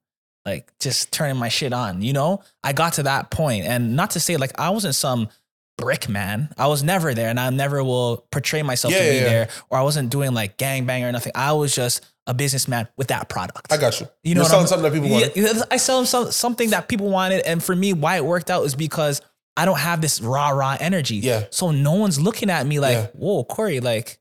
Speaker 1: like just turning my shit on. You know, I got to that point, and not to say like I wasn't some brick man. I was never there, and I never will portray myself
Speaker 2: Yeah,
Speaker 1: to be
Speaker 2: yeah, yeah.
Speaker 1: there, or I wasn't doing like gangbang or nothing. I was just a businessman with that product.
Speaker 2: I got you.
Speaker 1: You
Speaker 2: You
Speaker 1: know
Speaker 2: are
Speaker 1: what
Speaker 2: selling
Speaker 1: I'm-
Speaker 2: something that people
Speaker 1: Yeah,
Speaker 2: want.
Speaker 1: yeah, I sell them some, something that people wanted. And for me, why it worked out is because I don't have this rah rah energy.
Speaker 2: Yeah.
Speaker 1: So no one's looking at me like,
Speaker 2: Yeah.
Speaker 1: whoa, Corey, like,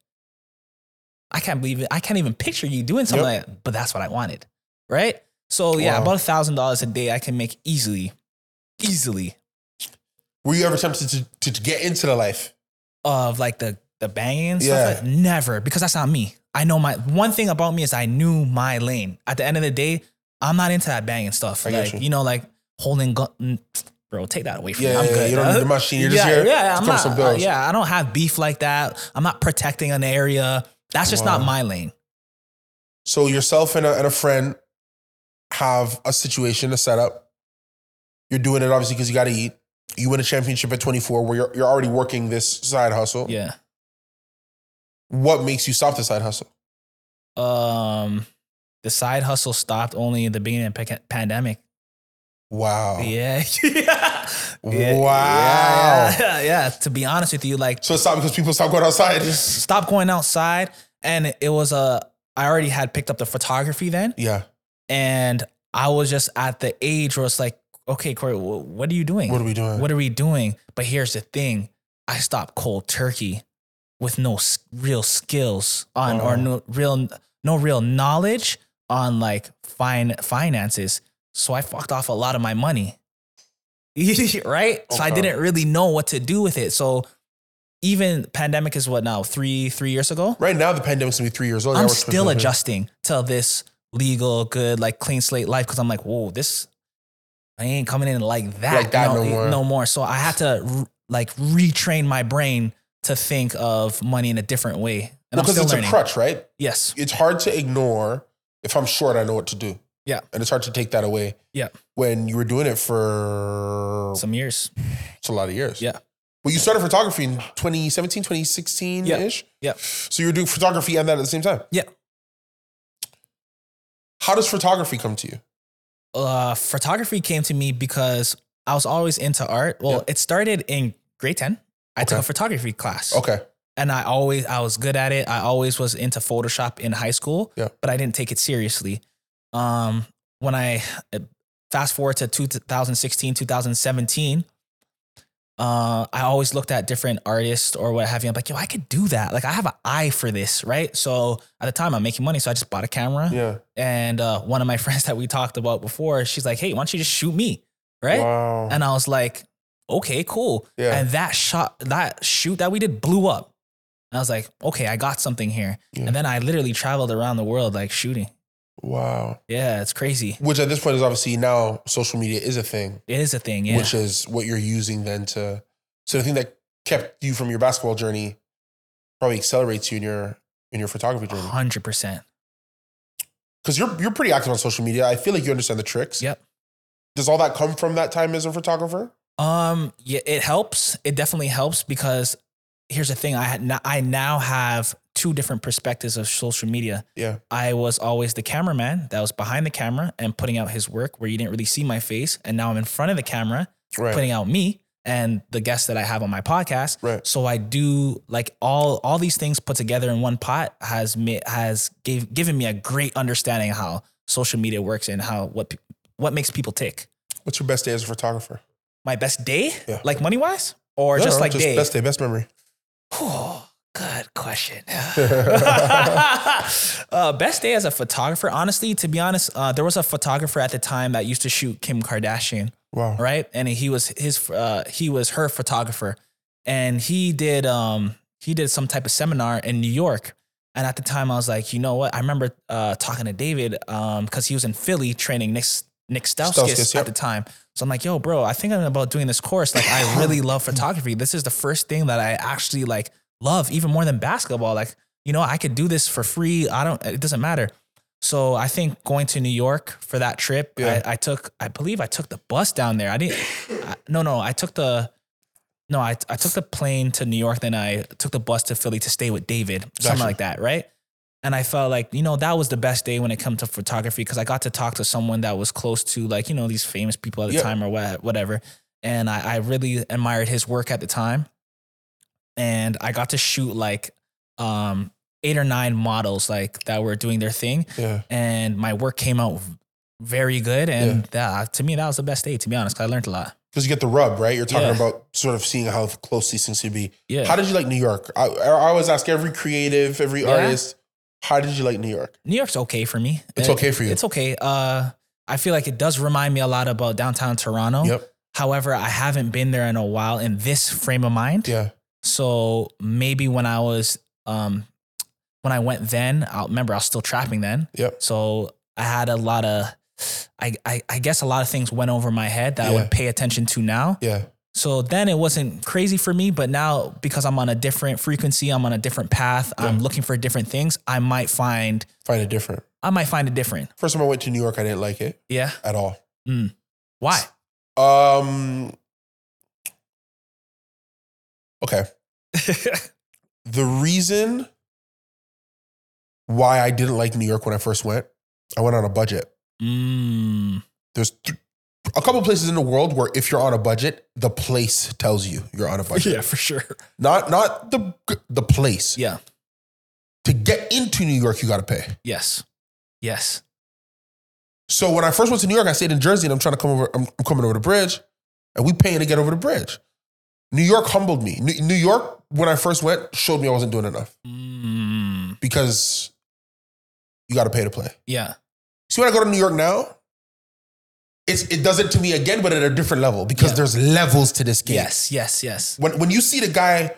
Speaker 1: I can't believe it. I can't even picture you doing something like that. But that's what I wanted. Right. So yeah,
Speaker 2: Wow.
Speaker 1: about a thousand dollars a day I can make easily. Easily.
Speaker 2: Were you ever tempted to, to, to get into the life?
Speaker 1: Of like the the banging and
Speaker 2: Yeah.
Speaker 1: stuff. like- never, because that's not me. I know my one thing about me is I knew my lane. At the end of the day, I'm not into that banging stuff.
Speaker 2: I get
Speaker 1: like
Speaker 2: you.
Speaker 1: you. know, like holding gun. mm, Bro, take that away from me.
Speaker 2: Yeah,
Speaker 1: I'm
Speaker 2: yeah,
Speaker 1: good.
Speaker 2: you don't
Speaker 1: dog.
Speaker 2: need the machine. You're just
Speaker 1: yeah,
Speaker 2: here
Speaker 1: yeah,
Speaker 2: to
Speaker 1: I'm
Speaker 2: cover
Speaker 1: not,
Speaker 2: some bills.
Speaker 1: uh, yeah, I don't have beef like that. I'm not protecting an area. That's just
Speaker 2: Wow.
Speaker 1: not my lane.
Speaker 2: So yourself and a, and a friend have a situation, a setup. You're doing it obviously because you got to eat. You win a championship at 24 where you're, you're already working this side hustle.
Speaker 1: Yeah.
Speaker 2: What makes you stop the side hustle?
Speaker 1: Um, the side hustle stopped only at the beginning of the pa- pandemic.
Speaker 2: Wow.
Speaker 1: Yeah. (laughs) yeah.
Speaker 2: Wow.
Speaker 1: Yeah, yeah, yeah. To be honest with you, like
Speaker 2: So it's stopped because people stopped going outside.
Speaker 1: just stop going outside and it was a I already had picked up the photography then,
Speaker 2: Yeah.
Speaker 1: and I was just at the age where it's like, okay, Corey, wh- what are you doing?
Speaker 2: What are we doing?
Speaker 1: What are we doing? But here's the thing: I stopped cold turkey with no s- real skills on
Speaker 2: Oh.
Speaker 1: or no real no real knowledge on like fine finances. So I fucked off a lot of my money, (laughs) right? So I
Speaker 2: Okay.
Speaker 1: didn't really know what to do with it. So even pandemic is what now three three years ago.
Speaker 2: right now, the pandemic's gonna be three years old. Yeah,
Speaker 1: I'm
Speaker 2: we're (laughs)
Speaker 1: still
Speaker 2: supposed to-
Speaker 1: adjusting to this legal, good, like clean slate life because I'm like, whoa, this I ain't coming in like that,
Speaker 2: Like that
Speaker 1: you
Speaker 2: no
Speaker 1: know,
Speaker 2: more.
Speaker 1: So I had to r- like retrain my brain to think of money in a different way, and I'm
Speaker 2: Because
Speaker 1: still
Speaker 2: it's
Speaker 1: learning.
Speaker 2: a crutch, right?
Speaker 1: Yes,
Speaker 2: It's hard to ignore. If I'm short, I know what to do.
Speaker 1: Yeah.
Speaker 2: And it's hard to take that away.
Speaker 1: Yeah.
Speaker 2: When you were doing it for
Speaker 1: some years.
Speaker 2: it's a lot of years.
Speaker 1: Yeah.
Speaker 2: Well, you started photography in 2017, 2016 ish.
Speaker 1: Yeah.
Speaker 2: So you were doing photography and that at the same time.
Speaker 1: Yeah.
Speaker 2: How does photography come to you?
Speaker 1: Uh, photography came to me because I was always into art. Well,
Speaker 2: Yeah.
Speaker 1: it started in grade ten. I took
Speaker 2: Okay.
Speaker 1: a photography class.
Speaker 2: Okay.
Speaker 1: (laughs) and I always I was good at it. I always was into Photoshop in high school,
Speaker 2: Yeah.
Speaker 1: but I didn't take it seriously. Um, when I uh, fast forward to 2016, 2017, uh, I always looked at different artists or what have you. I'm like, yo, I could do that. Like, I have an eye for this, right? So at the time, I'm making money, so I just bought a camera.
Speaker 2: Yeah.
Speaker 1: And uh, one of my (laughs) friends that we talked about before, she's like, hey, why don't you just shoot me, right?
Speaker 2: Wow.
Speaker 1: And I was like, okay, cool.
Speaker 2: Yeah.
Speaker 1: And that shot, that shoot that we did blew up. And I was like, okay, I got something here.
Speaker 2: Yeah.
Speaker 1: And then I literally traveled around the world like shooting.
Speaker 2: wow.
Speaker 1: Yeah, it's crazy.
Speaker 2: Which at this point is obviously now social media is a thing,
Speaker 1: It is a thing. Yeah.
Speaker 2: which is what you're using then to. So the thing that kept you from your basketball journey probably accelerates you in your in your photography
Speaker 1: (sighs)
Speaker 2: journey
Speaker 1: 100%.
Speaker 2: because you're you're pretty active on social media. I feel like you understand the tricks.
Speaker 1: Yep.
Speaker 2: Does all that come from that time as a photographer?
Speaker 1: Um, yeah, it helps. It definitely helps because here's the thing. I had no- I now have two different perspectives of social media.
Speaker 2: Yeah.
Speaker 1: I was always the cameraman that was behind the camera and putting out his work where you didn't really see my face. And now I'm in front of the camera
Speaker 2: Right.
Speaker 1: putting out me and the guests that I have on my podcast.
Speaker 2: Right.
Speaker 1: So I do like all all these things put together in one pot has me has gave given me a great understanding of how social media works and how what pe- what makes people tick.
Speaker 2: What's your best day as a photographer?
Speaker 1: My best day,
Speaker 2: Yeah.
Speaker 1: like money wise, or
Speaker 2: No,
Speaker 1: just
Speaker 2: no,
Speaker 1: like day.
Speaker 2: best day, best
Speaker 1: (laughs)
Speaker 2: memory.
Speaker 1: Oh, good question. (laughs)
Speaker 2: (laughs)
Speaker 1: uh, best day as a photographer, honestly, to be honest, uh, there was a photographer at the time that used to shoot Kim Kardashian.
Speaker 2: Wow.
Speaker 1: right? And he was his uh he was her photographer, and he did um he did some type of seminar in New York. And at the time, I was like, you know what? I remember uh talking to David um because he was in Philly training Nick Nick
Speaker 2: Stauskas,
Speaker 1: Stauskas
Speaker 2: yeah.
Speaker 1: at the time. So I'm like, yo, bro, I think I'm about doing this course. Like, I really love photography. This is the first thing that I actually like love, even more than basketball. Like, you know, I could do this for free. I don't. It doesn't matter. So I think going to New York for that trip,
Speaker 2: Yeah.
Speaker 1: I, I took, I believe I took the bus down there. I didn't, I, no, no, I took the, no, I, I took the plane to New York, then I took the bus to Philly to stay with David,
Speaker 2: Gotcha.
Speaker 1: something like that, right? And I felt like, you know, that was the best day when it comes to photography because I got to talk to someone that was close to like, you know, these famous people at the
Speaker 2: Yeah.
Speaker 1: time or wha- whatever. And I, I really admired his work at the time. And I got to shoot like um, eight or nine models like that were doing their thing
Speaker 2: Yeah.
Speaker 1: and my work came out very good. And that, to me, that was the best day, to be honest. 'cause I learned a lot.
Speaker 2: Because you get the rub, right? You're talking
Speaker 1: Yeah.
Speaker 2: about sort of seeing how close these things could be.
Speaker 1: Yeah.
Speaker 2: How did you like New York? I, I always ask every creative, every
Speaker 1: Yeah.
Speaker 2: artist, how did you like New York?
Speaker 1: New York's okay for me.
Speaker 2: It's
Speaker 1: It-
Speaker 2: okay for you.
Speaker 1: It's okay. Uh, I feel like it does remind me a lot about downtown Toronto.
Speaker 2: Yep.
Speaker 1: However, I haven't been there in a while in this frame of mind.
Speaker 2: Yeah.
Speaker 1: So maybe when I was, um, when I went then, I'll remember I was still trapping then.
Speaker 2: Yep.
Speaker 1: So I had a lot of, I, I, I guess a lot of things went over my head that I
Speaker 2: Yeah.
Speaker 1: would pay attention to now.
Speaker 2: Yeah.
Speaker 1: So then it wasn't crazy for me, but now because I'm on a different frequency, I'm on a different path, I'm
Speaker 2: Yeah.
Speaker 1: looking for different things, I might find
Speaker 2: Find it different.
Speaker 1: I might find a different.
Speaker 2: First time I went to New York, I didn't like it
Speaker 1: Yeah.
Speaker 2: at all.
Speaker 1: (laughs) Why?
Speaker 2: Um. Okay. the reason why I didn't like New York when I first went, I went on a budget.
Speaker 1: mm,
Speaker 2: There's th- a couple places in the world where if you're on a budget, the place
Speaker 1: (laughs)
Speaker 2: tells you you're on a budget.
Speaker 1: for sure.
Speaker 2: Not not the the place.
Speaker 1: Yeah.
Speaker 2: to get into New York, you got to pay.
Speaker 1: Yes. Yes.
Speaker 2: So when I first went to New York, I stayed in Jersey, and I'm trying to come over. I'm, I'm coming over the bridge, and we paying to get over the bridge. New York humbled me. New, New York, when I first went, showed me I wasn't doing enough
Speaker 1: Mm,
Speaker 2: because you got to pay to play.
Speaker 1: yeah.
Speaker 2: See, when I go to New York now, it's, it does it to me again, but at a different level because
Speaker 1: Yeah.
Speaker 2: there's levels to this game.
Speaker 1: Yes. Yes. Yes.
Speaker 2: When, when you see the guy,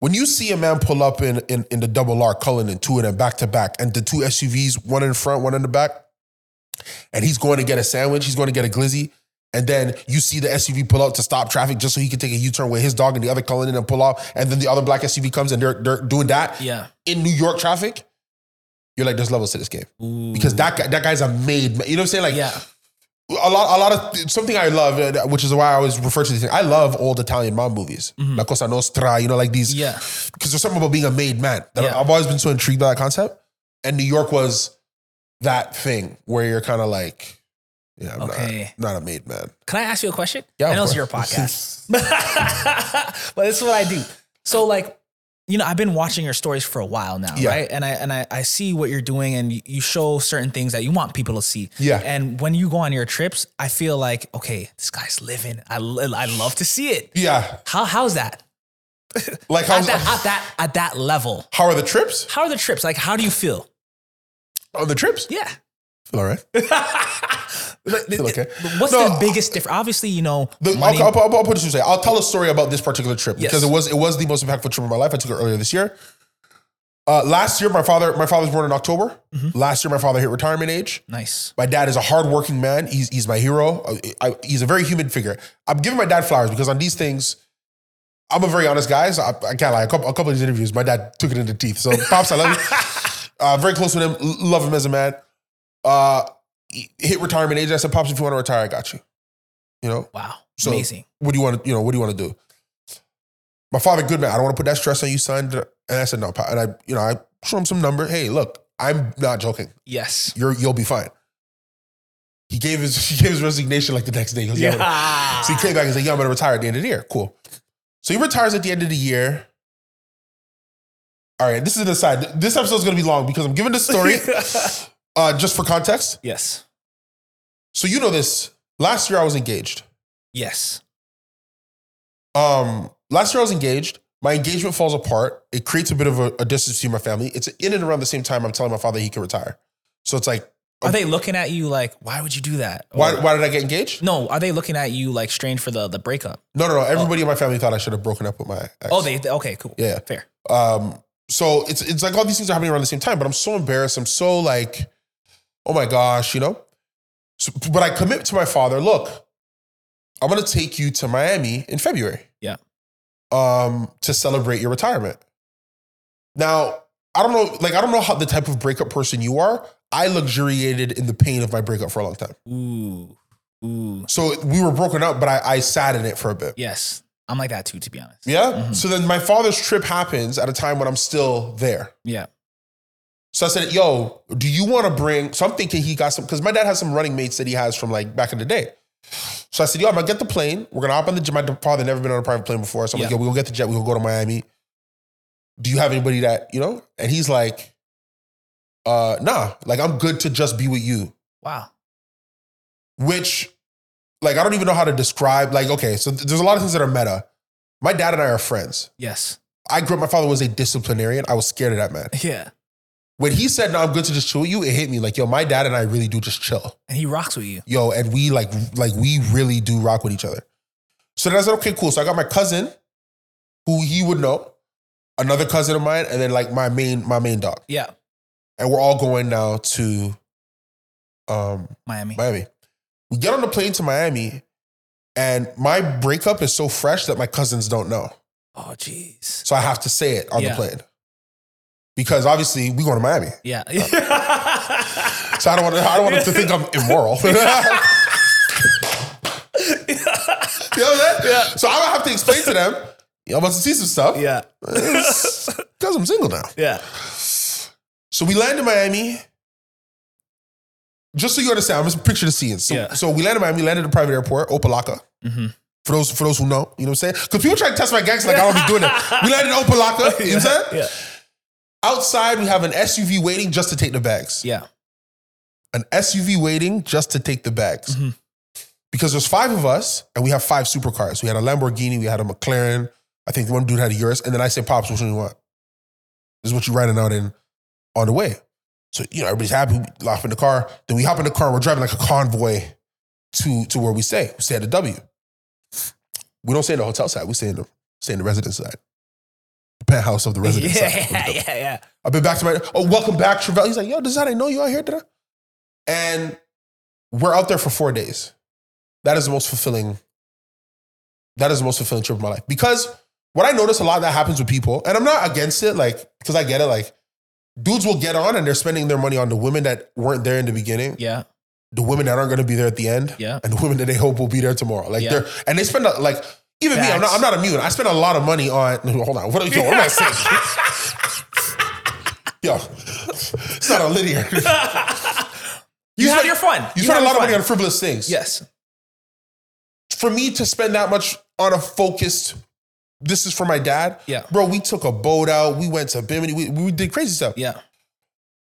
Speaker 2: when you see a man pull up in, in, in the double R Cullen and two of them back to back, and the two SUVs, one in front, one in the back, and he's going to get a sandwich, he's going to get a glizzy, and then you see the SUV pull out to stop traffic just so he can take a U turn with his dog and the other Cullen and pull off, and then the other black SUV comes and they're, they're doing that
Speaker 1: Yeah.
Speaker 2: in New York traffic. You're like, there's levels to this game
Speaker 1: Ooh.
Speaker 2: because that guy, that guy's a made man. You know what I'm saying? Like
Speaker 1: Mm. yeah.
Speaker 2: a lot, a lot of something I love, uh, which is why I always refer to these things. I love old Italian mom movies, La Cosa Nostra. You know, like these.
Speaker 1: Yeah.
Speaker 2: Because there's something about being a made man. That
Speaker 1: Yeah.
Speaker 2: I've always been so intrigued by that concept, and New York was that thing where you're kind of like, yeah, I'm
Speaker 1: Okay.
Speaker 2: not, not a made man.
Speaker 1: Can I ask you a question?
Speaker 2: Yeah,
Speaker 1: I
Speaker 2: of
Speaker 1: know it's
Speaker 2: course. (laughs)
Speaker 1: your podcast, (laughs) but this is what I do. So, like, you know, I've been watching your stories for a while now,
Speaker 2: Yeah.
Speaker 1: right? And I and I, I see what you're doing, and you- you show certain things that you want people to see.
Speaker 2: Yeah.
Speaker 1: And when you go on your trips, I feel like, okay, this guy's living. I li- I love to see it.
Speaker 2: Yeah,
Speaker 1: How how's that?
Speaker 2: like
Speaker 1: At
Speaker 2: how's,
Speaker 1: that at that at that level,
Speaker 2: how are the trips
Speaker 1: how are the trips? Like, how do you feel?
Speaker 2: on the trips?
Speaker 1: Yeah.
Speaker 2: Feel All right. okay.
Speaker 1: What's
Speaker 2: No,
Speaker 1: the biggest difference? Obviously, you know,
Speaker 2: The,
Speaker 1: money-
Speaker 2: I'll, I'll, I'll put it this way. I'll tell a story about this particular trip
Speaker 1: Yes.
Speaker 2: because it was it was the most impactful trip of my life. I took it earlier this year. Uh, last year, my father my father was born in October.
Speaker 1: Mm-hmm.
Speaker 2: Last year, my father hit retirement age. (laughs)
Speaker 1: nice.
Speaker 2: My dad is a hardworking man. He's he's my hero. Uh, I, I- he's a very human figure. I'm giving my dad flowers because on these things, I'm a very honest guy. So I, I can't lie. A couple, a couple of these interviews, my dad took it in the teeth. So pops,
Speaker 1: (laughs)
Speaker 2: I love you. Uh, very close with him. L- Love him as a man. Uh, he- hit retirement age. I said, pops, if you want to retire, I got you. You know,
Speaker 1: Wow.
Speaker 2: So-
Speaker 1: Amazing.
Speaker 2: what do you want to, you know, what do you want to do? My father, good man, I don't want to put that stress on you, son. And I said, no, Pa. and I, you know, I show him some number. Hey, look, I'm not joking.
Speaker 1: Yes.
Speaker 2: You're, you'll be fine. He gave his, (laughs) he gave his resignation like the next day. He goes, yeah. I'm gonna-
Speaker 1: Yeah.
Speaker 2: So he came back and said, yeah, I'm going to retire at the end of the year. Cool. So he retires at the end of the year. All right, this is an aside. This episode's going to be long because I'm giving this story uh, just for context.
Speaker 1: yes.
Speaker 2: So you know this. Last year I was engaged.
Speaker 1: Yes.
Speaker 2: Um, last year I was engaged. My engagement falls apart. It creates a bit of a, a distance between my family. It's in and around the same time I'm telling my father he can retire. So it's like,
Speaker 1: Are they looking at you like, why would you do that? Or-
Speaker 2: why, why did I get engaged?
Speaker 1: No, are they looking at you like strange for the the breakup?
Speaker 2: No, no, no. Everybody in my family thought I should have broken up with my ex.
Speaker 1: Oh, they, they- okay, cool.
Speaker 2: Yeah.
Speaker 1: Fair.
Speaker 2: Um, so it's it's like all these things are happening around the same time, but I'm so embarrassed. I'm so like, oh my gosh, you know. So, but I commit to my father. Look, I'm gonna take you to Miami in February.
Speaker 1: Yeah.
Speaker 2: Um, to celebrate your retirement. Now I don't know, like I don't know how the type of breakup person you are. I luxuriated in the pain of my breakup for a long time.
Speaker 1: Ooh. Ooh.
Speaker 2: So we were broken up, but I, I sat in it for a bit.
Speaker 1: Yes. I'm like that too, to be honest.
Speaker 2: Yeah.
Speaker 1: Mhm.
Speaker 2: So then my father's trip happens at a time when I'm still there.
Speaker 1: Yeah.
Speaker 2: So I said, yo, do you want to bring? So I'm thinking he got some, because my dad has some running mates that he has from like back in the day. So I said, yo, I'm going to get the plane. We're going to hop on the jet. My father never been on a private plane before. So I'm like,
Speaker 1: Yeah.
Speaker 2: yo, we'll get the jet. We'll go to Miami. Do you have anybody that, you know? And he's like, uh, nah, like I'm good to just be with you,
Speaker 1: Wow.
Speaker 2: which like I don't even know how to describe. Like, okay, so th- there's a lot of things that are meta. My dad and I are friends.
Speaker 1: Yes. (laughs)
Speaker 2: I grew up, my father was a disciplinarian. I was scared of that man.
Speaker 1: Yeah.
Speaker 2: When he said, no, I'm good to just chill with you, it hit me like, yo, my dad and I really do just chill.
Speaker 1: And he rocks with you.
Speaker 2: yo, and we like like we really do rock with each other. So then I said, okay, cool. So I got my cousin, who he would know, another cousin of mine, and then like my main my main dog,
Speaker 1: Yeah.
Speaker 2: and we're all going now to um,
Speaker 1: Miami.
Speaker 2: Miami. We get on the plane to Miami, and my breakup is so fresh that my cousins don't know.
Speaker 1: Oh, jeez.
Speaker 2: So I have to say it on
Speaker 1: Yeah.
Speaker 2: the plane because obviously we going to Miami. (laughs)
Speaker 1: Yeah.
Speaker 2: So I don't want I don't want them to think I'm immoral. (laughs) You know what I'm saying?
Speaker 1: Yeah.
Speaker 2: So I don't have to explain to them. Y'all about to see some stuff.
Speaker 1: (laughs) yeah.
Speaker 2: Because I'm single now.
Speaker 1: Yeah.
Speaker 2: So we land in Miami. Just so you understand, I'm just picture the scene. So,
Speaker 1: Yeah.
Speaker 2: so we landed in Miami, we landed at a private airport, Opalaka.
Speaker 1: Mm-hmm.
Speaker 2: For those, for those
Speaker 1: (laughs)
Speaker 2: who know, you know what I'm saying? Because people try to test my gangs like I don't be doing it. We landed in Opalaka, you know what I'm saying?
Speaker 1: Yeah.
Speaker 2: Outside, we have an SUV waiting just to take the bags.
Speaker 1: Yeah.
Speaker 2: An SUV waiting just to take the bags.
Speaker 1: Mhm.
Speaker 2: Because there's five of us and we have five supercars. We had a Lamborghini, we had a McLaren. I think one dude had a Urus. And then I say, Pops, which one you want? This is what you're riding out in on the way. So, you know, everybody's happy. We hop in the car. Then we hop in the car and we're driving like a convoy to, to where we stay. We stay at the W. We don't stay in the hotel side. We stay in the, stay in the residence side. The penthouse of the
Speaker 1: (laughs)
Speaker 2: residence
Speaker 1: yeah,
Speaker 2: side.
Speaker 1: yeah, yeah, yeah.
Speaker 2: I've been back to my, oh, welcome back, Travell. He's like, yo, does that I know you out here? Da-da. And we're out there for four days. That is the most fulfilling, that is the most fulfilling trip of my life. Because what I notice a lot that happens with people, and I'm not against it, like, because I get it, like, dudes will get on and they're spending their money on the women that weren't there in the beginning,
Speaker 1: Yeah.
Speaker 2: the women that aren't going to be there at the end,
Speaker 1: Yeah.
Speaker 2: and the women that they hope will be there tomorrow. Like,
Speaker 1: Yeah.
Speaker 2: they're, and they spend, a, like, even me, I'm not, I'm not immune. I spend a lot of money on, (laughs) hold on, what are you doing? What am
Speaker 1: (laughs)
Speaker 2: I saying? (laughs) Yo, (laughs) it's not a linear. (laughs) you
Speaker 1: You, have
Speaker 2: spend,
Speaker 1: your fun.
Speaker 2: you spend a
Speaker 1: have
Speaker 2: lot
Speaker 1: your
Speaker 2: of money
Speaker 1: fun.
Speaker 2: on frivolous things.
Speaker 1: Yes.
Speaker 2: For me to spend that much on a focused, this is for my dad.
Speaker 1: Yeah.
Speaker 2: Bro, we took a boat out. We went to Bimini. We, we did crazy stuff.
Speaker 1: Yeah.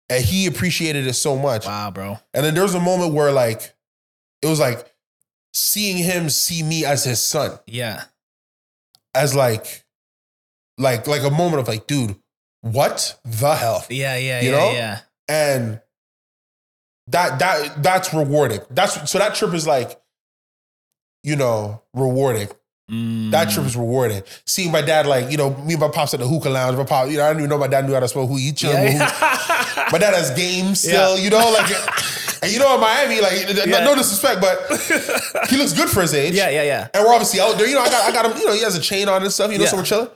Speaker 2: And he appreciated it so much.
Speaker 1: Wow, bro.
Speaker 2: And then there was a moment where, like, it was like seeing him see me as his son,
Speaker 1: Yeah.
Speaker 2: as like, like, like a moment of like, dude, what the hell?
Speaker 1: Yeah. Yeah.
Speaker 2: You
Speaker 1: yeah.
Speaker 2: know?
Speaker 1: Yeah.
Speaker 2: and that that that's rewarding. That's so that trip is like, you know, rewarding.
Speaker 1: Mm.
Speaker 2: That trip is rewarding. Seeing my dad, like you know, me and my pops at the hookah lounge. My pop, you know, I didn't even know my dad knew how to smoke. Who he chilling? with
Speaker 1: (laughs)
Speaker 2: hookah.
Speaker 1: Yeah.
Speaker 2: (laughs) My dad has games still, you know,
Speaker 1: (laughs)
Speaker 2: like, and you know, in Miami, like, n-
Speaker 1: Yeah.
Speaker 2: no disrespect, but he looks good for his age.
Speaker 1: yeah. Yeah. Yeah.
Speaker 2: And we're obviously out there. You know, I got, I got him. You know, he has a chain on and stuff. You know, so
Speaker 1: Yeah.
Speaker 2: we're chilling.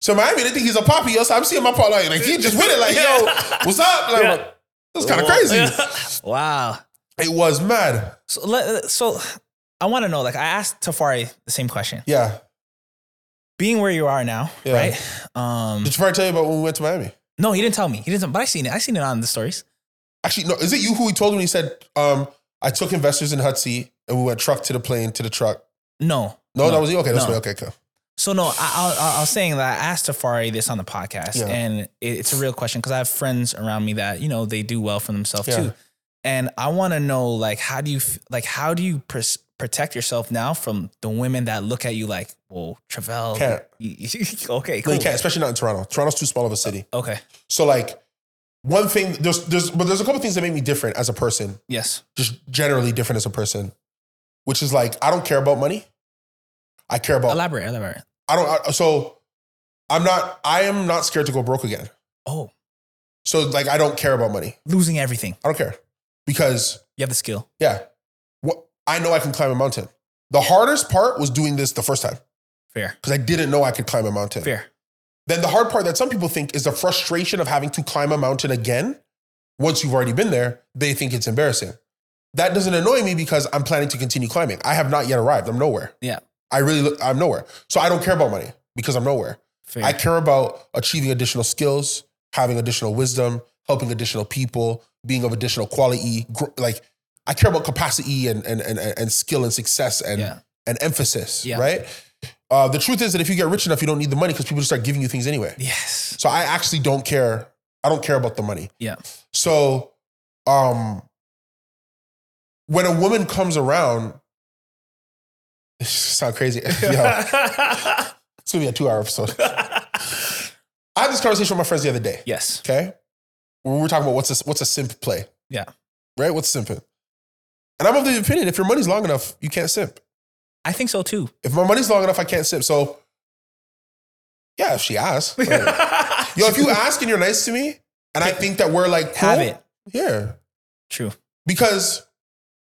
Speaker 2: So in Miami, they think he's a poppy. Yo, so I'm seeing my pop like, like he just with it. Like, yo, what's up? Like,
Speaker 1: Yeah.
Speaker 2: that's kind of crazy.
Speaker 1: wow.
Speaker 2: It was mad.
Speaker 1: So, let, so I want to know. Like, I asked Tafari the same question.
Speaker 2: Yeah.
Speaker 1: Being where you are now,
Speaker 2: Yeah.
Speaker 1: right? Um,
Speaker 2: Did Jafar tell you about when we went to Miami?
Speaker 1: no, he didn't tell me. He didn't. tell- But I seen it. I seen it on the stories.
Speaker 2: Actually, no. Is it you who he told me? He said, um, I took investors in Hutsy and we went truck to the plane to the truck.
Speaker 1: No.
Speaker 2: No, that was you. Okay, that's
Speaker 1: No.
Speaker 2: right. Okay, cool.
Speaker 1: So no, I, I, I was saying that I asked Tafari this on the podcast,
Speaker 2: Yeah.
Speaker 1: and it, it's a real question because I have friends around me that you know they do well for themselves
Speaker 2: Yeah.
Speaker 1: too, and I want to know like how do you f- like how do you pres- protect yourself now from the women that look at you like, well, Travell,
Speaker 2: Can't.
Speaker 1: you- you- (laughs) okay,
Speaker 2: No,
Speaker 1: cool,
Speaker 2: you can't, especially not in Toronto. Toronto's too small of a city.
Speaker 1: okay,
Speaker 2: So like one thing, there's there's but there's a couple things that make me different as a person,
Speaker 1: yes,
Speaker 2: just generally different as a person, which is like I don't care about money. I care about
Speaker 1: elaborate, elaborate.
Speaker 2: I don't I, so I'm not I am not scared to go broke again.
Speaker 1: Oh,
Speaker 2: So like I don't care about money.
Speaker 1: losing everything.
Speaker 2: I don't care. Because
Speaker 1: You have the skill.
Speaker 2: Yeah. What I know I can climb a mountain. The hardest part was doing this the first time
Speaker 1: Fair,
Speaker 2: because I didn't know I could climb a mountain.
Speaker 1: fair.
Speaker 2: Then the hard part that some people think is the frustration of having to climb a mountain again. Once you've already been there, they think it's embarrassing. That doesn't annoy me because I'm planning to continue climbing. I have not yet arrived. I'm nowhere.
Speaker 1: Yeah.
Speaker 2: I really look, I'm nowhere. So I don't care about money because I'm nowhere.
Speaker 1: Fair.
Speaker 2: I care about achieving additional skills, having additional wisdom, helping additional people, being of additional quality. Gr- like I care about capacity and and and, and skill and success and
Speaker 1: yeah,
Speaker 2: and emphasis.
Speaker 1: Yeah.
Speaker 2: Right. Uh, the truth is that if you get rich enough, you don't need the money because people just start giving you things anyway.
Speaker 1: yes,
Speaker 2: So I actually don't care. I don't care about the money.
Speaker 1: Yeah.
Speaker 2: So, um, when a woman comes around, (laughs) this sound crazy. (laughs) Yo, it's gonna be a two-hour episode. I had this conversation with my friends the other day.
Speaker 1: (laughs) yes,
Speaker 2: Okay. We were talking about what's a, what's a simp play.
Speaker 1: Yeah.
Speaker 2: Right? What's simping? And I'm of the opinion if your money's long enough, you can't simp.
Speaker 1: I think so
Speaker 2: (laughs)
Speaker 1: too.
Speaker 2: If my money's long enough, I can't simp. So, yeah, if
Speaker 1: (laughs)
Speaker 2: she asks. like- yo, if you ask and you're nice to me, and I think that we're like, cool,
Speaker 1: have it,
Speaker 2: Yeah.
Speaker 1: true.
Speaker 2: Because,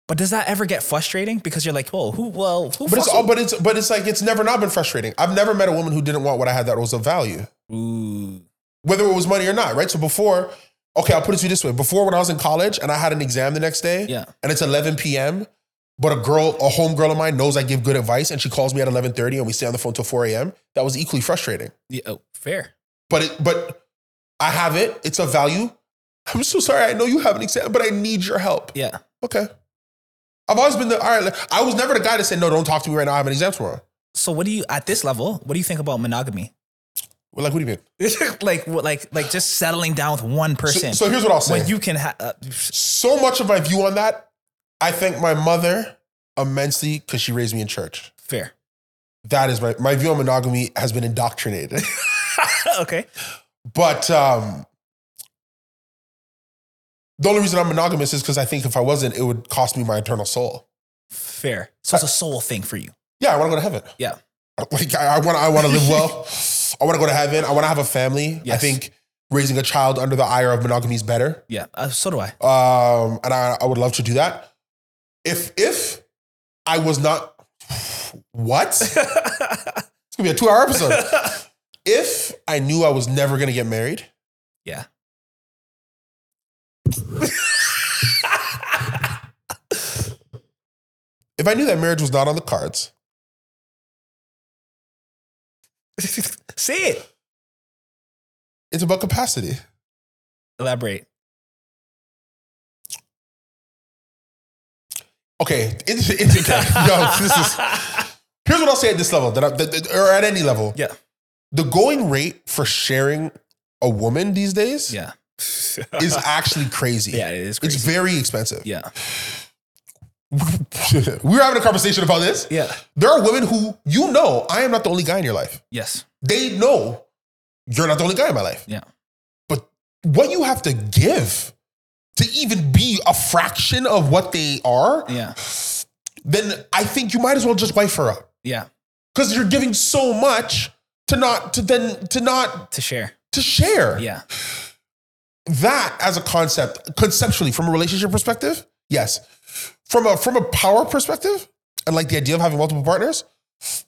Speaker 1: But does that ever get frustrating? Because you're like, whoa, who? Well, who?
Speaker 2: but it's
Speaker 1: fucks
Speaker 2: all, but it's, but it's like, it's never not been frustrating. I've never met a woman who didn't want what I had that was of value.
Speaker 1: with-" Ooh,
Speaker 2: whether it was money or not, right? So before, okay, I'll put it to you this way. Before when I was in college and I had an exam the next day,
Speaker 1: Yeah.
Speaker 2: and it's 11 p.m., but a girl, a homegirl of mine knows I give good advice and she calls me at 11.30 and we stay on the phone till 4 a.m., that was equally frustrating.
Speaker 1: yeah, oh, fair.
Speaker 2: But it, but I have it. It's a value. I'm so sorry. I know you have an exam, but I need your help.
Speaker 1: Yeah,
Speaker 2: Okay. I've always been the, all right, like, I was never the guy to say, no, don't talk to me right now. I have an exam tomorrow.
Speaker 1: So what do you at this level? What do you think about monogamy?
Speaker 2: Well, Like, what do you mean?
Speaker 1: (laughs) like what- like like just settling down with one
Speaker 2: So,
Speaker 1: person
Speaker 2: so here's what I'll say.
Speaker 1: when you can have uh,
Speaker 2: so much of my view on that, I thank my mother immensely because she raised me in church.
Speaker 1: fair. (laughs)
Speaker 2: That is my my view on monogamy has been indoctrinated. (laughs)
Speaker 1: okay.
Speaker 2: But um, the only reason I'm monogamous is because I think if I wasn't, it would cost me my eternal soul.
Speaker 1: Fair. So it's a soul thing for you.
Speaker 2: Yeah, I want to go to heaven.
Speaker 1: Yeah.
Speaker 2: (laughs) Like I want, I want to
Speaker 1: (laughs)
Speaker 2: live well. I want to go to heaven. I want to have a family. I
Speaker 1: Yes.
Speaker 2: think raising a child under the ire of monogamy is better.
Speaker 1: Yeah. Uh, so
Speaker 2: (laughs)
Speaker 1: do I.
Speaker 2: Um, and I, I would love to do that. If if I was not, (sighs) what? It's gonna be a two-hour episode. if I knew I was never gonna get married,
Speaker 1: Yeah.
Speaker 2: if I knew that marriage was not on the cards,
Speaker 1: (laughs) Say it.
Speaker 2: it's about capacity.
Speaker 1: Elaborate.
Speaker 2: Okay, it's, it's (laughs) okay. No, this is here's what I'll say at this level that, I, that, that- or at any level.
Speaker 1: Yeah.
Speaker 2: the going rate for sharing a woman these days
Speaker 1: yeah.
Speaker 2: is actually crazy.
Speaker 1: yeah, it is
Speaker 2: It's
Speaker 1: crazy.
Speaker 2: very expensive.
Speaker 1: yeah.
Speaker 2: (laughs) we were having a conversation about this.
Speaker 1: Yeah.
Speaker 2: There are women who you know I am not the only guy in your life.
Speaker 1: Yes.
Speaker 2: They know you're not the only guy in my life.
Speaker 1: Yeah.
Speaker 2: But what you have to give to even be a fraction of what they are,
Speaker 1: Yeah.
Speaker 2: then I think you might as well just wife her up
Speaker 1: Yeah.
Speaker 2: because you're giving so much to not to then to not
Speaker 1: To share.
Speaker 2: to share.
Speaker 1: Yeah.
Speaker 2: that as a concept conceptually from a relationship perspective yes from a from a power perspective and like the idea of having multiple partners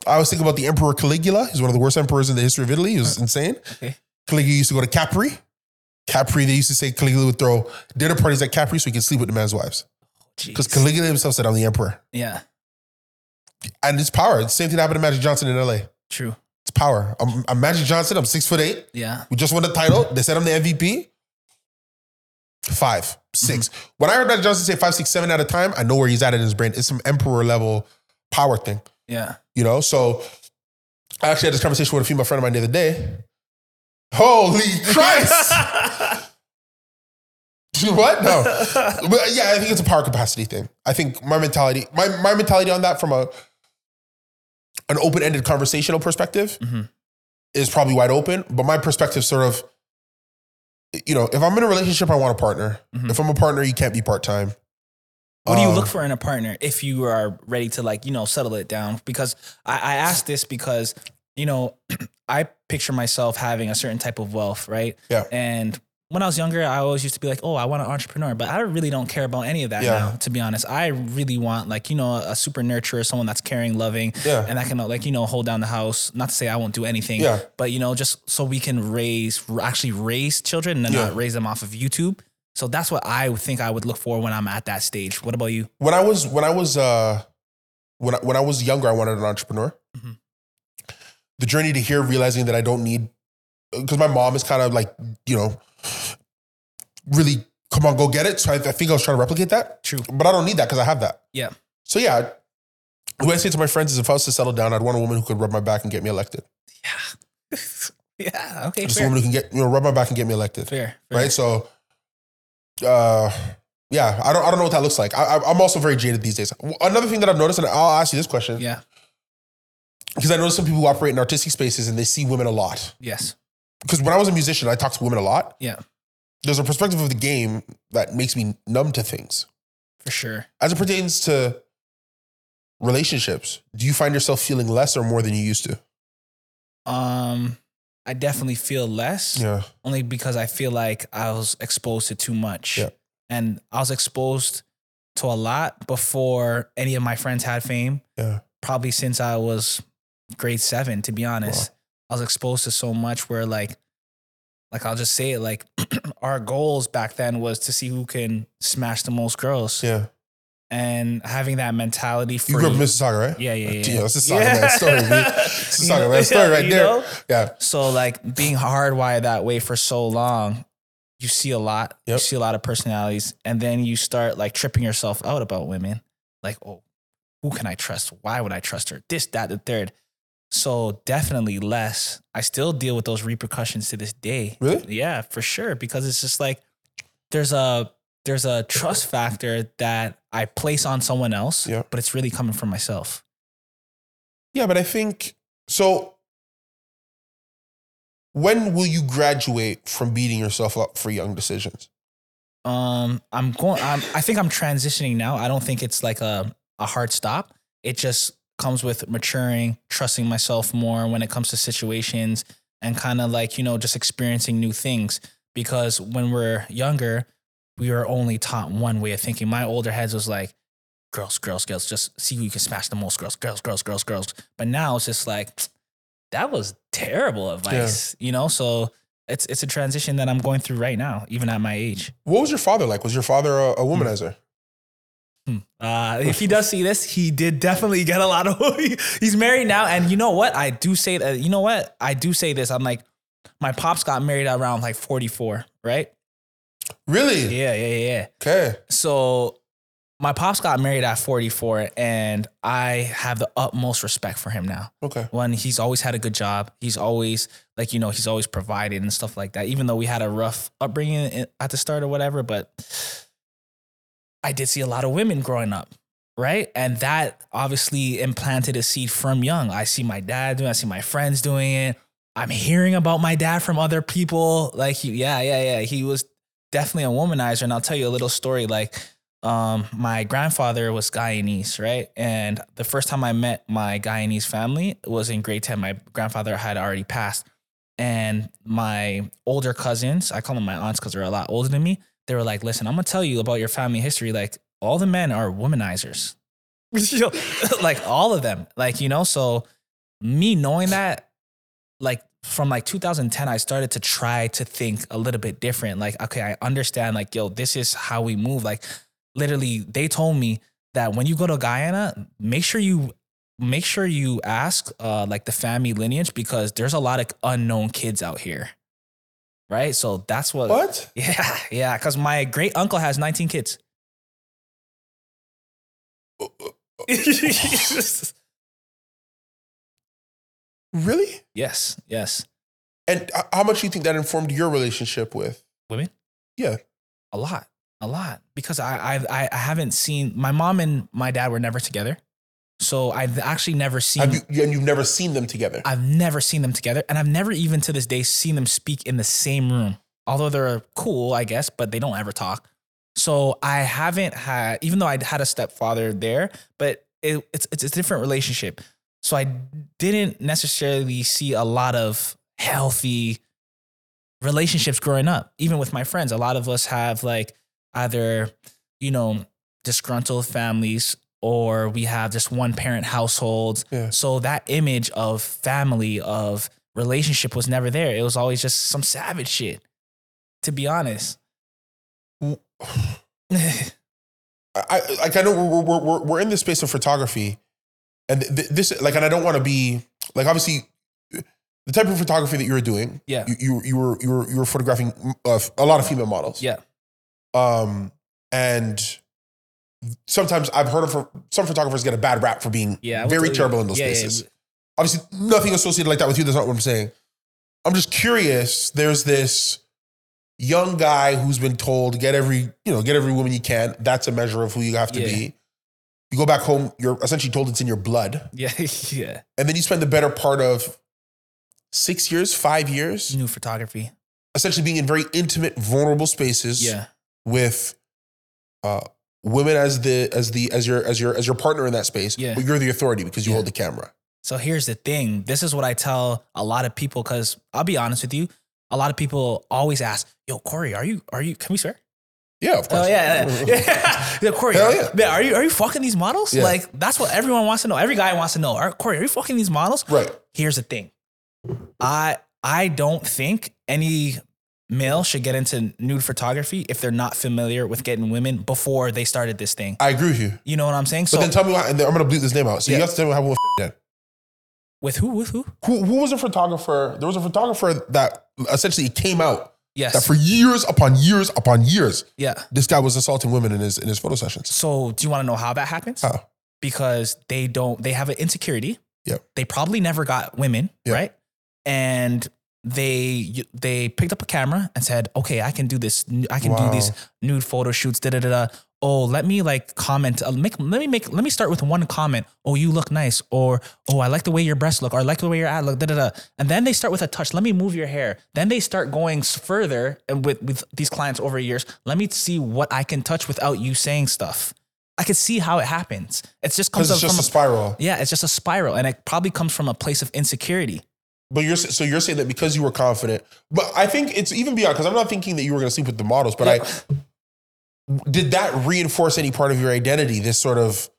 Speaker 2: i always think about the emperor caligula he's one of the worst emperors in the history of italy he was insane
Speaker 1: Okay.
Speaker 2: caligula used to go to capri capri they used to say caligula would throw dinner parties at capri so he could sleep with the man's wives because
Speaker 1: Jeez.
Speaker 2: caligula himself said i'm the emperor
Speaker 1: Yeah.
Speaker 2: and it's power it's the same thing that happened to magic johnson in la it's
Speaker 1: True.
Speaker 2: power i'm, I'm magic johnson i'm six foot eight
Speaker 1: Yeah.
Speaker 2: we just won the title. They said I'm the MVP. Five, six. When I heard Magic Johnson say five, six, seven at a time, I know where he's at in his brain. It's some emperor level power thing,
Speaker 1: Yeah.
Speaker 2: you know? So I actually had this conversation with a female friend of mine the other day. Holy
Speaker 1: (laughs)
Speaker 2: Christ! what? No. But yeah, I think it's a power capacity thing. I think my mentality, my, my mentality on that from a an open-ended conversational perspective
Speaker 1: Mhm.
Speaker 2: is probably wide open. But my perspective sort of, you know, if I'm in a relationship, I want a partner.
Speaker 1: Mhm.
Speaker 2: If I'm a partner, you can't be part-time.
Speaker 1: What do you
Speaker 2: Um,
Speaker 1: look for in a partner if you are ready to like, you know, settle it down? Because I, I ask this because, you know, (clears throat) I picture myself having a certain type of wealth, right?
Speaker 2: Yeah.
Speaker 1: And when I was younger, I always used to be like, oh, I want an entrepreneur, but I really don't care about any of that
Speaker 2: Yeah.
Speaker 1: now, to be honest. I really want like, you know, a super nurturer, someone that's caring, loving,
Speaker 2: Yeah.
Speaker 1: and I can like you know hold down the house. Not to say I won't do anything,
Speaker 2: Yeah.
Speaker 1: but you know just so we can raise actually raise children and then
Speaker 2: Yeah.
Speaker 1: not raise them off of YouTube. So that's what I would think I would look for when I'm at that stage. What about you?
Speaker 2: When I was when I was uh when I, when I was younger, I wanted an entrepreneur.
Speaker 1: Mhm.
Speaker 2: The journey to here, realizing that I don't need because my mom is kind of like you know really come on go get it. So I, I think I was trying to replicate that.
Speaker 1: True.
Speaker 2: but I don't need that because I have that.
Speaker 1: Yeah.
Speaker 2: So yeah, what I say to my friends is, if I was to settle down, I'd want a woman who could rub my back and get me elected.
Speaker 1: Yeah, (laughs) yeah. Okay,
Speaker 2: Just a
Speaker 1: fair.
Speaker 2: woman who can get you know rub my back and get me elected.
Speaker 1: fair, fair.
Speaker 2: Right. So, uh, yeah, I don't I don't know what that looks like. I, I- I'm also very jaded these days. Another thing that I've noticed, and I'll ask you this question
Speaker 1: Yeah.
Speaker 2: because I know some people who operate in artistic spaces and they see women a lot.
Speaker 1: Yes.
Speaker 2: Because when I was a musician, I talked to women a lot.
Speaker 1: Yeah.
Speaker 2: There's a perspective of the game that makes me numb to things.
Speaker 1: For sure.
Speaker 2: As it pertains to relationships, do you find yourself feeling less or more than you used to?
Speaker 1: Um, I definitely feel less.
Speaker 2: Yeah.
Speaker 1: only because I feel like I was exposed to too much.
Speaker 2: Yeah.
Speaker 1: And I was exposed to a lot before any of my friends had fame.
Speaker 2: Yeah.
Speaker 1: Probably since I was grade seven, to be honest. I was exposed to so much where like like I'll just say it, like (clears throat) our goals back then was to see who can smash the most girls.
Speaker 2: Yeah.
Speaker 1: And having that mentality for
Speaker 2: You grew up in Mississauga, right?
Speaker 1: yeah, yeah, yeah.
Speaker 2: Yeah, it's a saga, man. Story, man.
Speaker 1: (laughs)
Speaker 2: It's a
Speaker 1: You
Speaker 2: saga,
Speaker 1: know-
Speaker 2: man. Story right
Speaker 1: you
Speaker 2: there.
Speaker 1: know?
Speaker 2: Yeah.
Speaker 1: So like being hardwired that way for so long, you see a lot. You
Speaker 2: Yep.
Speaker 1: see a lot of personalities, and then you start like tripping yourself out about women. Like, oh, who can I trust? Why would I trust her? This, that, the third. So definitely less. I still deal with those repercussions to this day.
Speaker 2: Really?
Speaker 1: Yeah, for sure. Because it's just like there's a there's a trust factor that I place on someone else,
Speaker 2: Yeah.
Speaker 1: but it's really coming from myself.
Speaker 2: Yeah, but I think so. When will you graduate from beating yourself up for young decisions?
Speaker 1: Um, I'm going. I'm, I think I'm transitioning now. I don't think it's like a a hard stop. It just comes with maturing, trusting myself more when it comes to situations, and kind of like you know just experiencing new things. Because when we're younger, we were only taught one way of thinking. My older heads was like, girls, girls, girls, just see who you can smash the most, girls, girls, girls, girls, girls. But now it's just like that was terrible advice, you know. So it's it's a transition that I'm going through right now, even at my age.
Speaker 2: What was your father like? Was your father a, a womanizer?
Speaker 1: Uh, if he does see this, he did definitely get a lot of. (laughs) he's married now, and you know what? I do say that. You know what? I do say this. I'm like, my pops got married around like 44, right?
Speaker 2: Really?
Speaker 1: Yeah, yeah, yeah.
Speaker 2: Okay.
Speaker 1: So, my pops got married at 44, and I have the utmost respect for him now.
Speaker 2: Okay.
Speaker 1: One, he's always had a good job. He's always like you know he's always provided and stuff like that. Even though we had a rough upbringing in- at the start or whatever, but I did see a lot of women growing up, right? And that obviously implanted a seed from young. I see my dad doing. it, I see my friends doing it. I'm hearing about my dad from other people. Like he, yeah, yeah, yeah. He was definitely a womanizer, and I'll tell you a little story. Like um, my grandfather was Guyanese, right? And the first time I met my Guyanese family was in grade 10. My grandfather had already passed. And my older cousins, I call them my aunts because they're a lot older than me, they were like, listen, I'm going to tell you about your family history. Like, all the men are womanizers. (laughs) Yo, like, all of them. Like, you know, so me knowing that, like, from like 2010, I started to try to think a little bit different. Like, okay, I understand, like, yo, this is how we move. Like, literally they told me that when you go to Guyana, make sure you make sure you ask uh like the family lineage because there's a lot of unknown kids out here. Right? So that's what,
Speaker 2: What?
Speaker 1: Yeah, (laughs) yeah, cuz my great uncle has 19 kids.
Speaker 2: Really?
Speaker 1: yes, yes.
Speaker 2: And h- how much do you think that informed your relationship with?
Speaker 1: Women?
Speaker 2: Yeah.
Speaker 1: A lot. A lot. Because I I've, I I haven't seen my mom and my dad were never together. So I've actually never seen
Speaker 2: Have you and you've never seen them together?
Speaker 1: I've never seen them together, and I've never even to this day seen them speak in the same room. Although they're cool, I guess, but they don't ever talk. So I haven't had, even though I had a stepfather there, but it, it's it's a different relationship. So I didn't necessarily see a lot of healthy relationships growing up, even with my friends. A lot of us have like either, you know, disgruntled families or we have just one parent households.
Speaker 2: Yeah.
Speaker 1: So that image of family, of relationship was never there. It was always just some savage shit, to be
Speaker 2: (sighs)
Speaker 1: honest.
Speaker 2: I, I like I know we're, we're we're we're in this space of photography, and th- th- this like and I don't want to be like obviously the type of photography that you were doing.
Speaker 1: Yeah.
Speaker 2: You you, you were you were you were photographing uh, a lot of female models.
Speaker 1: yeah.
Speaker 2: Um, and sometimes I've heard of some photographers get a bad rap for being
Speaker 1: Yeah. I would
Speaker 2: very
Speaker 1: tell you-
Speaker 2: terrible in those
Speaker 1: yeah, yeah,
Speaker 2: spaces. Obviously, nothing associated like that with you. That's not what I'm saying. I'm just curious. There's this young guy who's been told get every you know get every woman you can. That's a measure of who you have to
Speaker 1: Yeah.
Speaker 2: be. You go back home. You're essentially told it's in your blood,
Speaker 1: Yeah. (laughs) yeah.
Speaker 2: and then you spend the better part of six years, five years,
Speaker 1: New photography.
Speaker 2: essentially being in very intimate, vulnerable spaces
Speaker 1: Yeah.
Speaker 2: with uh, women as the as the as your as your as your partner in that space.
Speaker 1: Yeah.
Speaker 2: But you're the authority because you
Speaker 1: Yeah.
Speaker 2: hold the camera.
Speaker 1: So here's the thing. This is what I tell a lot of people because I'll be honest with you. A lot of people always ask, "Yo, Corey, are you are you? Can we swear?"
Speaker 2: Yeah, of course.
Speaker 1: Oh yeah, yeah, (laughs) yeah. Yeah, Corey,
Speaker 2: Hell yeah.
Speaker 1: man, are you are you fucking these models?
Speaker 2: Yeah.
Speaker 1: Like that's what everyone wants to know. Every guy wants to know. Are, Corey, are you fucking these models?
Speaker 2: Right.
Speaker 1: Here's the thing. I I don't think any male should get into nude photography if they're not familiar with getting women before they started this thing.
Speaker 2: I agree with you.
Speaker 1: You know what I'm saying?
Speaker 2: But
Speaker 1: So
Speaker 2: then tell me why, and then I'm gonna bleep this name out. So you
Speaker 1: Yeah.
Speaker 2: have to tell me how we did.
Speaker 1: with who with who?
Speaker 2: Who, who was a photographer? There was a photographer that essentially came out that
Speaker 1: Yes.
Speaker 2: for years upon years upon years,
Speaker 1: yeah.
Speaker 2: this guy was assaulting women in his in his photo sessions.
Speaker 1: So do you want to know how that happens?
Speaker 2: How?
Speaker 1: Because they don't they have an insecurity
Speaker 2: Yep.
Speaker 1: They probably never got women,
Speaker 2: Yep.
Speaker 1: right? And they they picked up a camera and said, "Okay, I can do this. I can do these
Speaker 2: Wow.
Speaker 1: nude photo shoots." Da da da da. Oh, let me like comment. uh, make let me make let me start with one comment. Oh, you look nice, or oh, I like the way your breasts look, or I like the way your ad look. Da da da. And then they start with a touch. Let me move your hair. Then they start going s- further and with with these clients over years. Let me see what I can touch without you saying stuff. I could see how it happens. It just comes
Speaker 2: Because
Speaker 1: up
Speaker 2: it's
Speaker 1: from
Speaker 2: just
Speaker 1: a
Speaker 2: a spiral.
Speaker 1: yeah, it's just a spiral, and it probably comes from a place of insecurity.
Speaker 2: But you're so you're saying that because you were confident. But I think it's even beyond because I'm not thinking that you were going to sleep with the models. But I did that reinforce any part of your identity? This sort of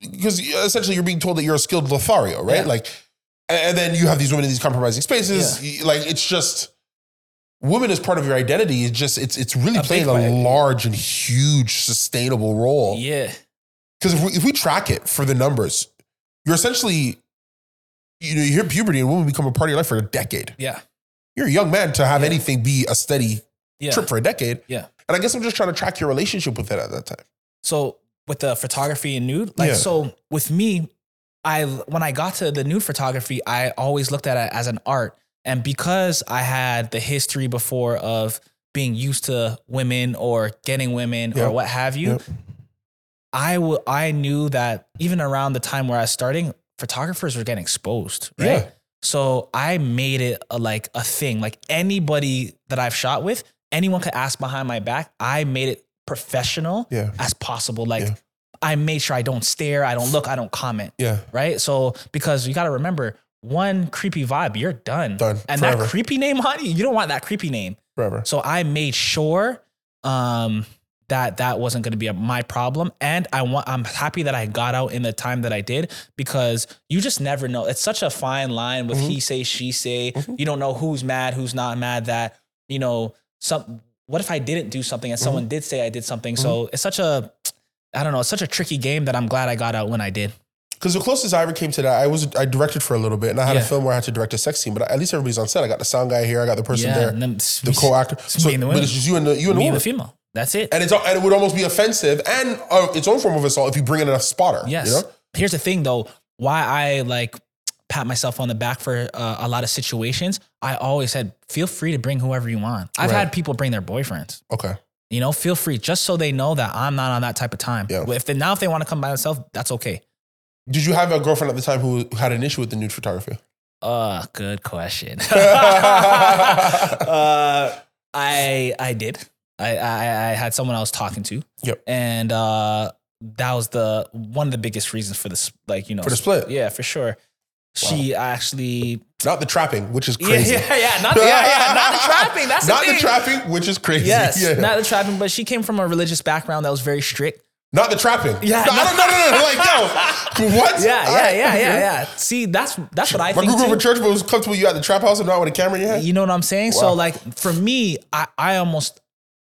Speaker 2: because essentially you're being told that you're a skilled Lothario, right?
Speaker 1: Yeah.
Speaker 2: Like, and- and then you have these women in these compromising spaces. y- Like it's just women as part of your identity. It's just it's it's really
Speaker 1: A big
Speaker 2: playing a
Speaker 1: part.
Speaker 2: large and huge sustainable role.
Speaker 1: Yeah,
Speaker 2: Because if we, if we track it for the numbers, you're essentially, you know, you hear puberty and women become a part of your life for a decade.
Speaker 1: yeah,
Speaker 2: You're a young man to have
Speaker 1: Yeah.
Speaker 2: anything be a steady
Speaker 1: yeah.
Speaker 2: trip for a decade.
Speaker 1: Yeah.
Speaker 2: And I guess I'm just trying to track your relationship with it at that time.
Speaker 1: So with the photography and nude, like
Speaker 2: Yeah.
Speaker 1: so with me, I when I got to the nude photography, I always looked at it as an art, and because I had the history before of being used to women or getting women
Speaker 2: Yeah.
Speaker 1: or what have you,
Speaker 2: Yep.
Speaker 1: I will. I knew that even around the time where I was starting, photographers were getting exposed, right?
Speaker 2: Yeah.
Speaker 1: So I made it a, like a thing. Like anybody that I've shot with, anyone could ask behind my back. I made it professional
Speaker 2: Yeah.
Speaker 1: as possible. Like
Speaker 2: Yeah.
Speaker 1: I made sure I don't stare, I don't look, I don't comment,
Speaker 2: Yeah.
Speaker 1: right? So because you got to remember, one creepy vibe, you're done.
Speaker 2: Done.
Speaker 1: And
Speaker 2: forever.
Speaker 1: that creepy name, honey, you don't want that creepy name.
Speaker 2: forever.
Speaker 1: So I made sure um, that that wasn't going to be a, my problem, and I want. I'm happy that I got out in the time that I did because you just never know. It's such a fine line with
Speaker 2: Mhm.
Speaker 1: he say she say.
Speaker 2: Mhm.
Speaker 1: You don't know who's mad, who's not mad. That you know some. What if I didn't do something and someone
Speaker 2: Mm-hmm.
Speaker 1: did say I did something? So it's such a. I don't know. It's such a tricky game that I'm glad I got out when I did.
Speaker 2: Because the closest I ever came to that, I was I directed for a little bit, and I had a
Speaker 1: Yeah.
Speaker 2: film where I had to direct a sex scene. But at least everybody's on set. I got the sound guy here. I got the person there,
Speaker 1: and then
Speaker 2: the co-actor. So,
Speaker 1: me and the
Speaker 2: but
Speaker 1: women.
Speaker 2: it's just you and the you and the
Speaker 1: me and the
Speaker 2: woman.
Speaker 1: female. That's it.
Speaker 2: And it's and it would almost be offensive and uh, its own form of assault if you bring in a spotter.
Speaker 1: Yes.
Speaker 2: You know?
Speaker 1: Here's the thing though, why I like pat myself on the back for uh, a lot of situations, I always said feel free to bring whoever you want. I've
Speaker 2: Right.
Speaker 1: had people bring their boyfriends.
Speaker 2: Okay.
Speaker 1: You know, feel free just so they know that I'm not on that type of time.
Speaker 2: Yeah.
Speaker 1: If they, now if they want to come by themselves, that's okay.
Speaker 2: Did you have a girlfriend at the time who had an issue with the nude photography?
Speaker 1: Uh, good question.
Speaker 2: (laughs)
Speaker 1: (laughs) uh, I I did. I, I I had someone I was talking to.
Speaker 2: Yep.
Speaker 1: And uh, that was the one of the biggest reasons for this. Like you know,
Speaker 2: For the split.
Speaker 1: Yeah, for sure. She actually
Speaker 2: Not the trapping, which is crazy.
Speaker 1: (laughs) Yeah, yeah, yeah, not the, yeah, yeah, not the
Speaker 2: (laughs)
Speaker 1: trapping. That's
Speaker 2: not
Speaker 1: the,
Speaker 2: the
Speaker 1: thing.
Speaker 2: trapping, which is crazy.
Speaker 1: Yes,
Speaker 2: Yeah.
Speaker 1: not the trapping. But she came from a religious background that was very strict.
Speaker 2: Not the trapping.
Speaker 1: Yeah,
Speaker 2: No,
Speaker 1: no.
Speaker 2: no, no, no, no. Like, no. What?
Speaker 1: (laughs) Yeah,
Speaker 2: All
Speaker 1: yeah,
Speaker 2: right.
Speaker 1: yeah, yeah, yeah. Uh, (laughs) See, that's that's what I
Speaker 2: My
Speaker 1: think.
Speaker 2: group
Speaker 1: too.
Speaker 2: over church, but it was comfortable you at the trap house and not with a camera in your hand.
Speaker 1: You know what I'm saying?
Speaker 2: Wow.
Speaker 1: So like for me, I, I almost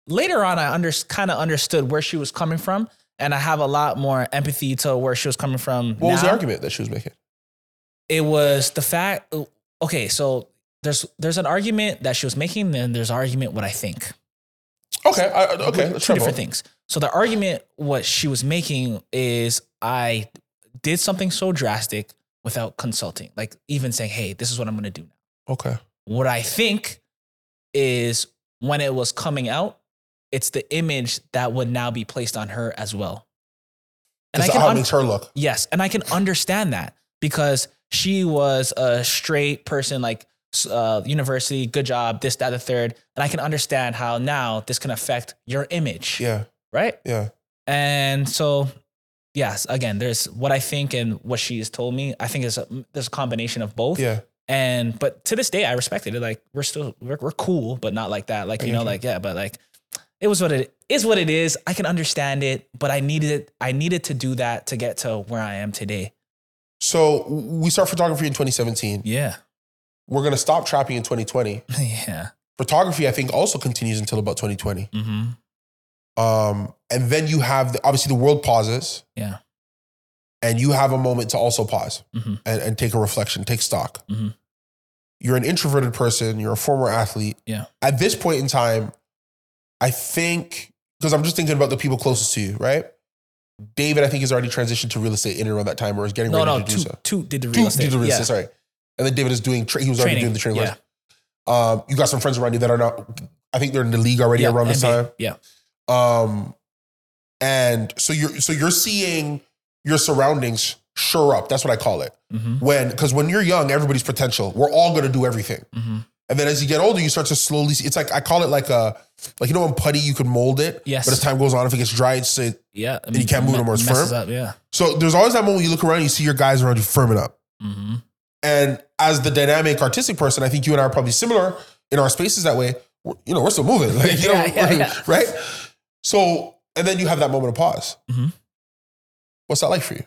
Speaker 1: later on I under, kind of understood where she was coming from, and I have a lot more empathy to where she was coming from.
Speaker 2: What was the
Speaker 1: now.
Speaker 2: argument that she was making?
Speaker 1: It was the fact. Okay, so there's there's an argument that she was making, then there's argument what I think.
Speaker 2: Okay. I, I- okay.
Speaker 1: Two
Speaker 2: let's try
Speaker 1: different
Speaker 2: both.
Speaker 1: things. So the argument what she was making is I did something so drastic without consulting, like even saying, "Hey, this is what I'm going to do."
Speaker 2: Okay.
Speaker 1: What I think is when it was coming out, it's the image that would now be placed on her as well. And I
Speaker 2: Just
Speaker 1: can
Speaker 2: how it
Speaker 1: un-
Speaker 2: makes her look.
Speaker 1: yes, and I can understand that because she was a straight person, like s- uh, university, good job, this, that, the third, and I can understand how now this can affect your image,
Speaker 2: Yeah.
Speaker 1: right?
Speaker 2: Yeah.
Speaker 1: And so, yes, again, there's what I think and what she has told me. I think is a, there's a combination of both
Speaker 2: Yeah.
Speaker 1: and but to this day i respected it like we're still we're, we're cool but not like that like
Speaker 2: I
Speaker 1: you
Speaker 2: get
Speaker 1: know
Speaker 2: you.
Speaker 1: like yeah but like it was what it is what it is i can understand it but i needed it i needed to do that to get to where i am today
Speaker 2: So we start photography in 2017.
Speaker 1: yeah
Speaker 2: We're going to stop trapping in 2020.
Speaker 1: (laughs) yeah
Speaker 2: Photography, I think, also continues until about 2020.
Speaker 1: mm-hmm.
Speaker 2: Um, and then you have the, obviously the world pauses.
Speaker 1: Yeah.
Speaker 2: And you have a moment to also pause
Speaker 1: Mhm.
Speaker 2: and, and take a reflection, take stock.
Speaker 1: Mhm.
Speaker 2: You're an introverted person, you're a former athlete.
Speaker 1: Yeah.
Speaker 2: At this point in time, I think, because I'm just thinking about the people closest to you, right? David, I think, has already transitioned to real estate in and around that time, or is getting
Speaker 1: No,
Speaker 2: ready
Speaker 1: no,
Speaker 2: to do
Speaker 1: two,
Speaker 2: so.
Speaker 1: two did the real
Speaker 2: Two
Speaker 1: estate.
Speaker 2: did the real
Speaker 1: yeah.
Speaker 2: estate, sorry. And then David is doing. Tra- he was already
Speaker 1: Training,
Speaker 2: doing the training.
Speaker 1: yeah.
Speaker 2: lessons. Um, you got some friends around you that are not. I think they're in the league already
Speaker 1: Yeah,
Speaker 2: around this
Speaker 1: NBA,
Speaker 2: time.
Speaker 1: Yeah.
Speaker 2: Um, and so you're so you're seeing your surroundings sure up. That's what I call it.
Speaker 1: Mm-hmm.
Speaker 2: When because when you're young, everybody's potential. We're all gonna do everything.
Speaker 1: Mm-hmm.
Speaker 2: And then as you get older, you start to slowly. See, it's like I call it like a like you know when putty you can mold it.
Speaker 1: Yes.
Speaker 2: But as time goes on, if it gets dry, it's it,
Speaker 1: Yeah. I
Speaker 2: you can't move
Speaker 1: me-
Speaker 2: no more, it's
Speaker 1: messes
Speaker 2: firm.
Speaker 1: Up, yeah.
Speaker 2: so there's always that moment when you look around, and you see your guys around you firming up.
Speaker 1: Mm-hmm.
Speaker 2: And as the dynamic artistic person, I think you and I are probably similar in our spaces that way. We're- You know, we're still moving, (laughs) like, you know,
Speaker 1: Yeah, yeah, yeah.
Speaker 2: right? So, and then you have that moment of pause.
Speaker 1: Mhm.
Speaker 2: What's that like for you?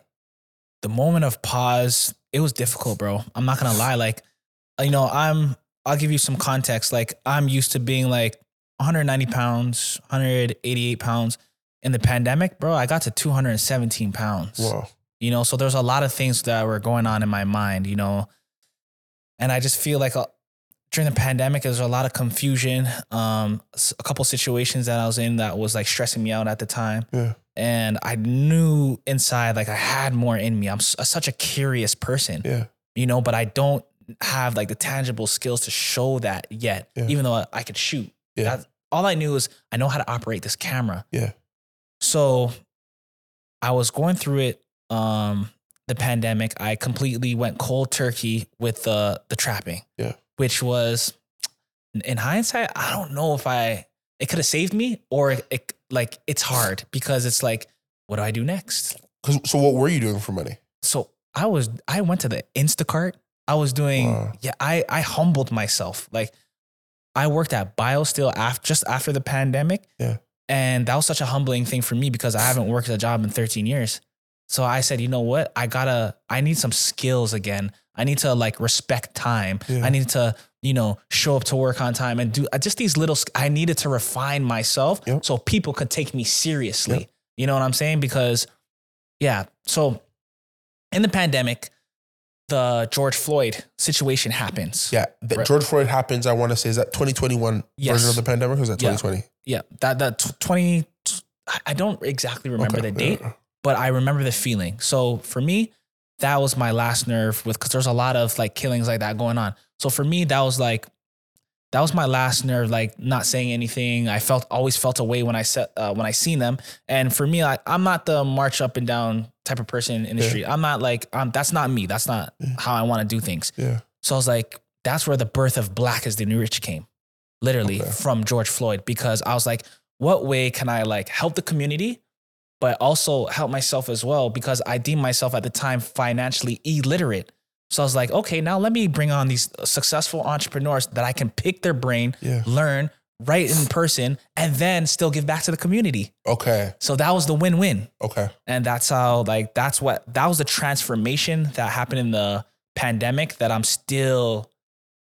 Speaker 1: the moment of pause, it was difficult, bro. I'm not gonna lie. Like, you know, I'm I'll give you some context. Like, I'm used to being like 190 pounds, 188 pounds. In the pandemic, bro, I got to 217 pounds.
Speaker 2: Wow.
Speaker 1: You know, so there's a lot of things that were going on in my mind, you know. And I just feel like uh during the pandemic, there's a lot of confusion. Um, s- a couple situations that I was in that was like stressing me out at the time
Speaker 2: Yeah.
Speaker 1: and I knew inside like I had more in me. I'm s- such a curious person,
Speaker 2: Yeah.
Speaker 1: you know, but I don't have like the tangible skills to show that yet.
Speaker 2: Yeah.
Speaker 1: Even though I, I could shoot,
Speaker 2: Yeah.
Speaker 1: That- all I knew is I know how to operate this camera.
Speaker 2: Yeah.
Speaker 1: So I was going through it. Um, the pandemic, I completely went cold turkey with the the trapping.
Speaker 2: Yeah.
Speaker 1: Which was, in hindsight, I don't know if I it could have saved me or it, it- like it's hard because it's like what do I do next?
Speaker 2: 'Cause- so, what were you doing for money?
Speaker 1: So I was I went to the Instacart. I was doing
Speaker 2: Wow.
Speaker 1: yeah, I I humbled myself. Like I worked at BioSteel after just after the pandemic.
Speaker 2: Yeah.
Speaker 1: And that was such a humbling thing for me because I haven't worked a job in 13 years. So I said, you know what? I gotta, I need some skills again. I need to like respect time.
Speaker 2: Yeah.
Speaker 1: I need to, you know, show up to work on time and do uh, just these little, sk- I needed to refine myself
Speaker 2: Yep.
Speaker 1: so people could take me seriously. You know what I'm saying? Because, yeah. So in the pandemic, the George Floyd situation happens.
Speaker 2: Yeah. That
Speaker 1: Right.
Speaker 2: George Floyd happens, I want to say, is that 2021
Speaker 1: Yes.
Speaker 2: version of the pandemic or is that
Speaker 1: Yeah.
Speaker 2: 2020?
Speaker 1: yeah that that tw- 20 I- i don't exactly remember
Speaker 2: Okay.
Speaker 1: the date
Speaker 2: Yeah.
Speaker 1: but i remember the feeling so for me that was my last nerve with because there's a lot of like killings like that going on so for me that was like that was my last nerve like not saying anything i felt always felt away when i set uh, when i seen them and for me like i'm not the march up and down type of person in the
Speaker 2: Yeah.
Speaker 1: street i'm not like um, that's not me that's not
Speaker 2: Yeah.
Speaker 1: how i want to do things
Speaker 2: Yeah.
Speaker 1: so I was like, that's where the birth of Black is the New Rich came, literally
Speaker 2: Okay.
Speaker 1: from George Floyd, because I was like, what way can I like help the community, but also help myself as well? Because I deemed myself at the time financially illiterate. So I was like, okay, now let me bring on these successful entrepreneurs that I can pick their brain,
Speaker 2: Yeah.
Speaker 1: learn, write in person, and then still give back to the community.
Speaker 2: Okay.
Speaker 1: So that was the win win.
Speaker 2: Okay.
Speaker 1: And that's how, like, that's what, that was the transformation that happened in the pandemic that I'm still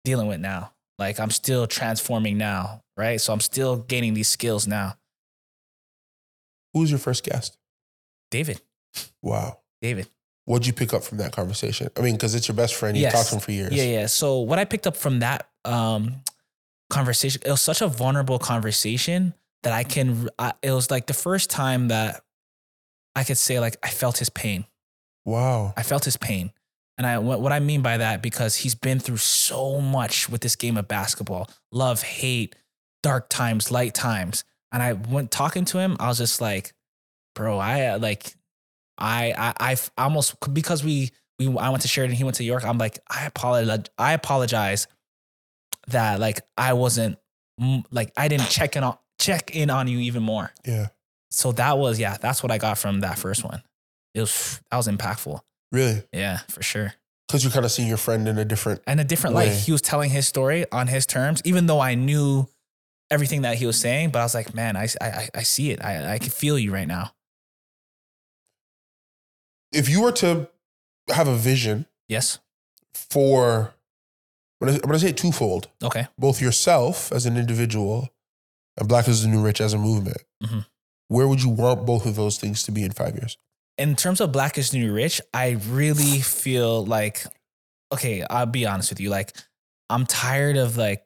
Speaker 1: dealing with now. Like, I'm still transforming now, right? So I'm still gaining these skills now.
Speaker 2: Who was your first guest?
Speaker 1: David,
Speaker 2: Wow.
Speaker 1: David.
Speaker 2: What'd you pick up from that conversation? I mean, because it's your best friend. You've
Speaker 1: Yes.
Speaker 2: talked to him for years.
Speaker 1: Yeah, yeah. So what I picked up from that um, conversation, it was such a vulnerable conversation that I can, I, it was like the first time that I could say, like, I felt his pain.
Speaker 2: Wow.
Speaker 1: I felt his pain. And I what, what I mean by that because he's been through so much with this game of basketball. Love, hate, dark times, light times. And I went talking to him, I was just like, bro, I uh, like I I I f- almost because we we I went to Sheridan, he went to York. I'm like, I apologize I apologize that like I wasn't mm, like I didn't check in on check in on you even more.
Speaker 2: Yeah.
Speaker 1: So that was yeah, that's what I got from that first one. It was that was impactful.
Speaker 2: Really?
Speaker 1: Yeah, for sure.
Speaker 2: Because you kind of see your friend in a different.
Speaker 1: And a different
Speaker 2: Way.
Speaker 1: like he was telling his story on his terms, even though I knew everything that he was saying. But I was like, man, I I- I, I see it. I I can feel you right now.
Speaker 2: If you were to have a vision
Speaker 1: Yes.
Speaker 2: for, when I- I'm going to say it twofold,
Speaker 1: Okay.
Speaker 2: both yourself as an individual and Black is the New Rich as a movement,
Speaker 1: Mhm.
Speaker 2: where would you want both of those things to be in five years?
Speaker 1: In terms of Black is the New Rich, I really feel like, okay, I'll be honest with you. Like, I'm tired of like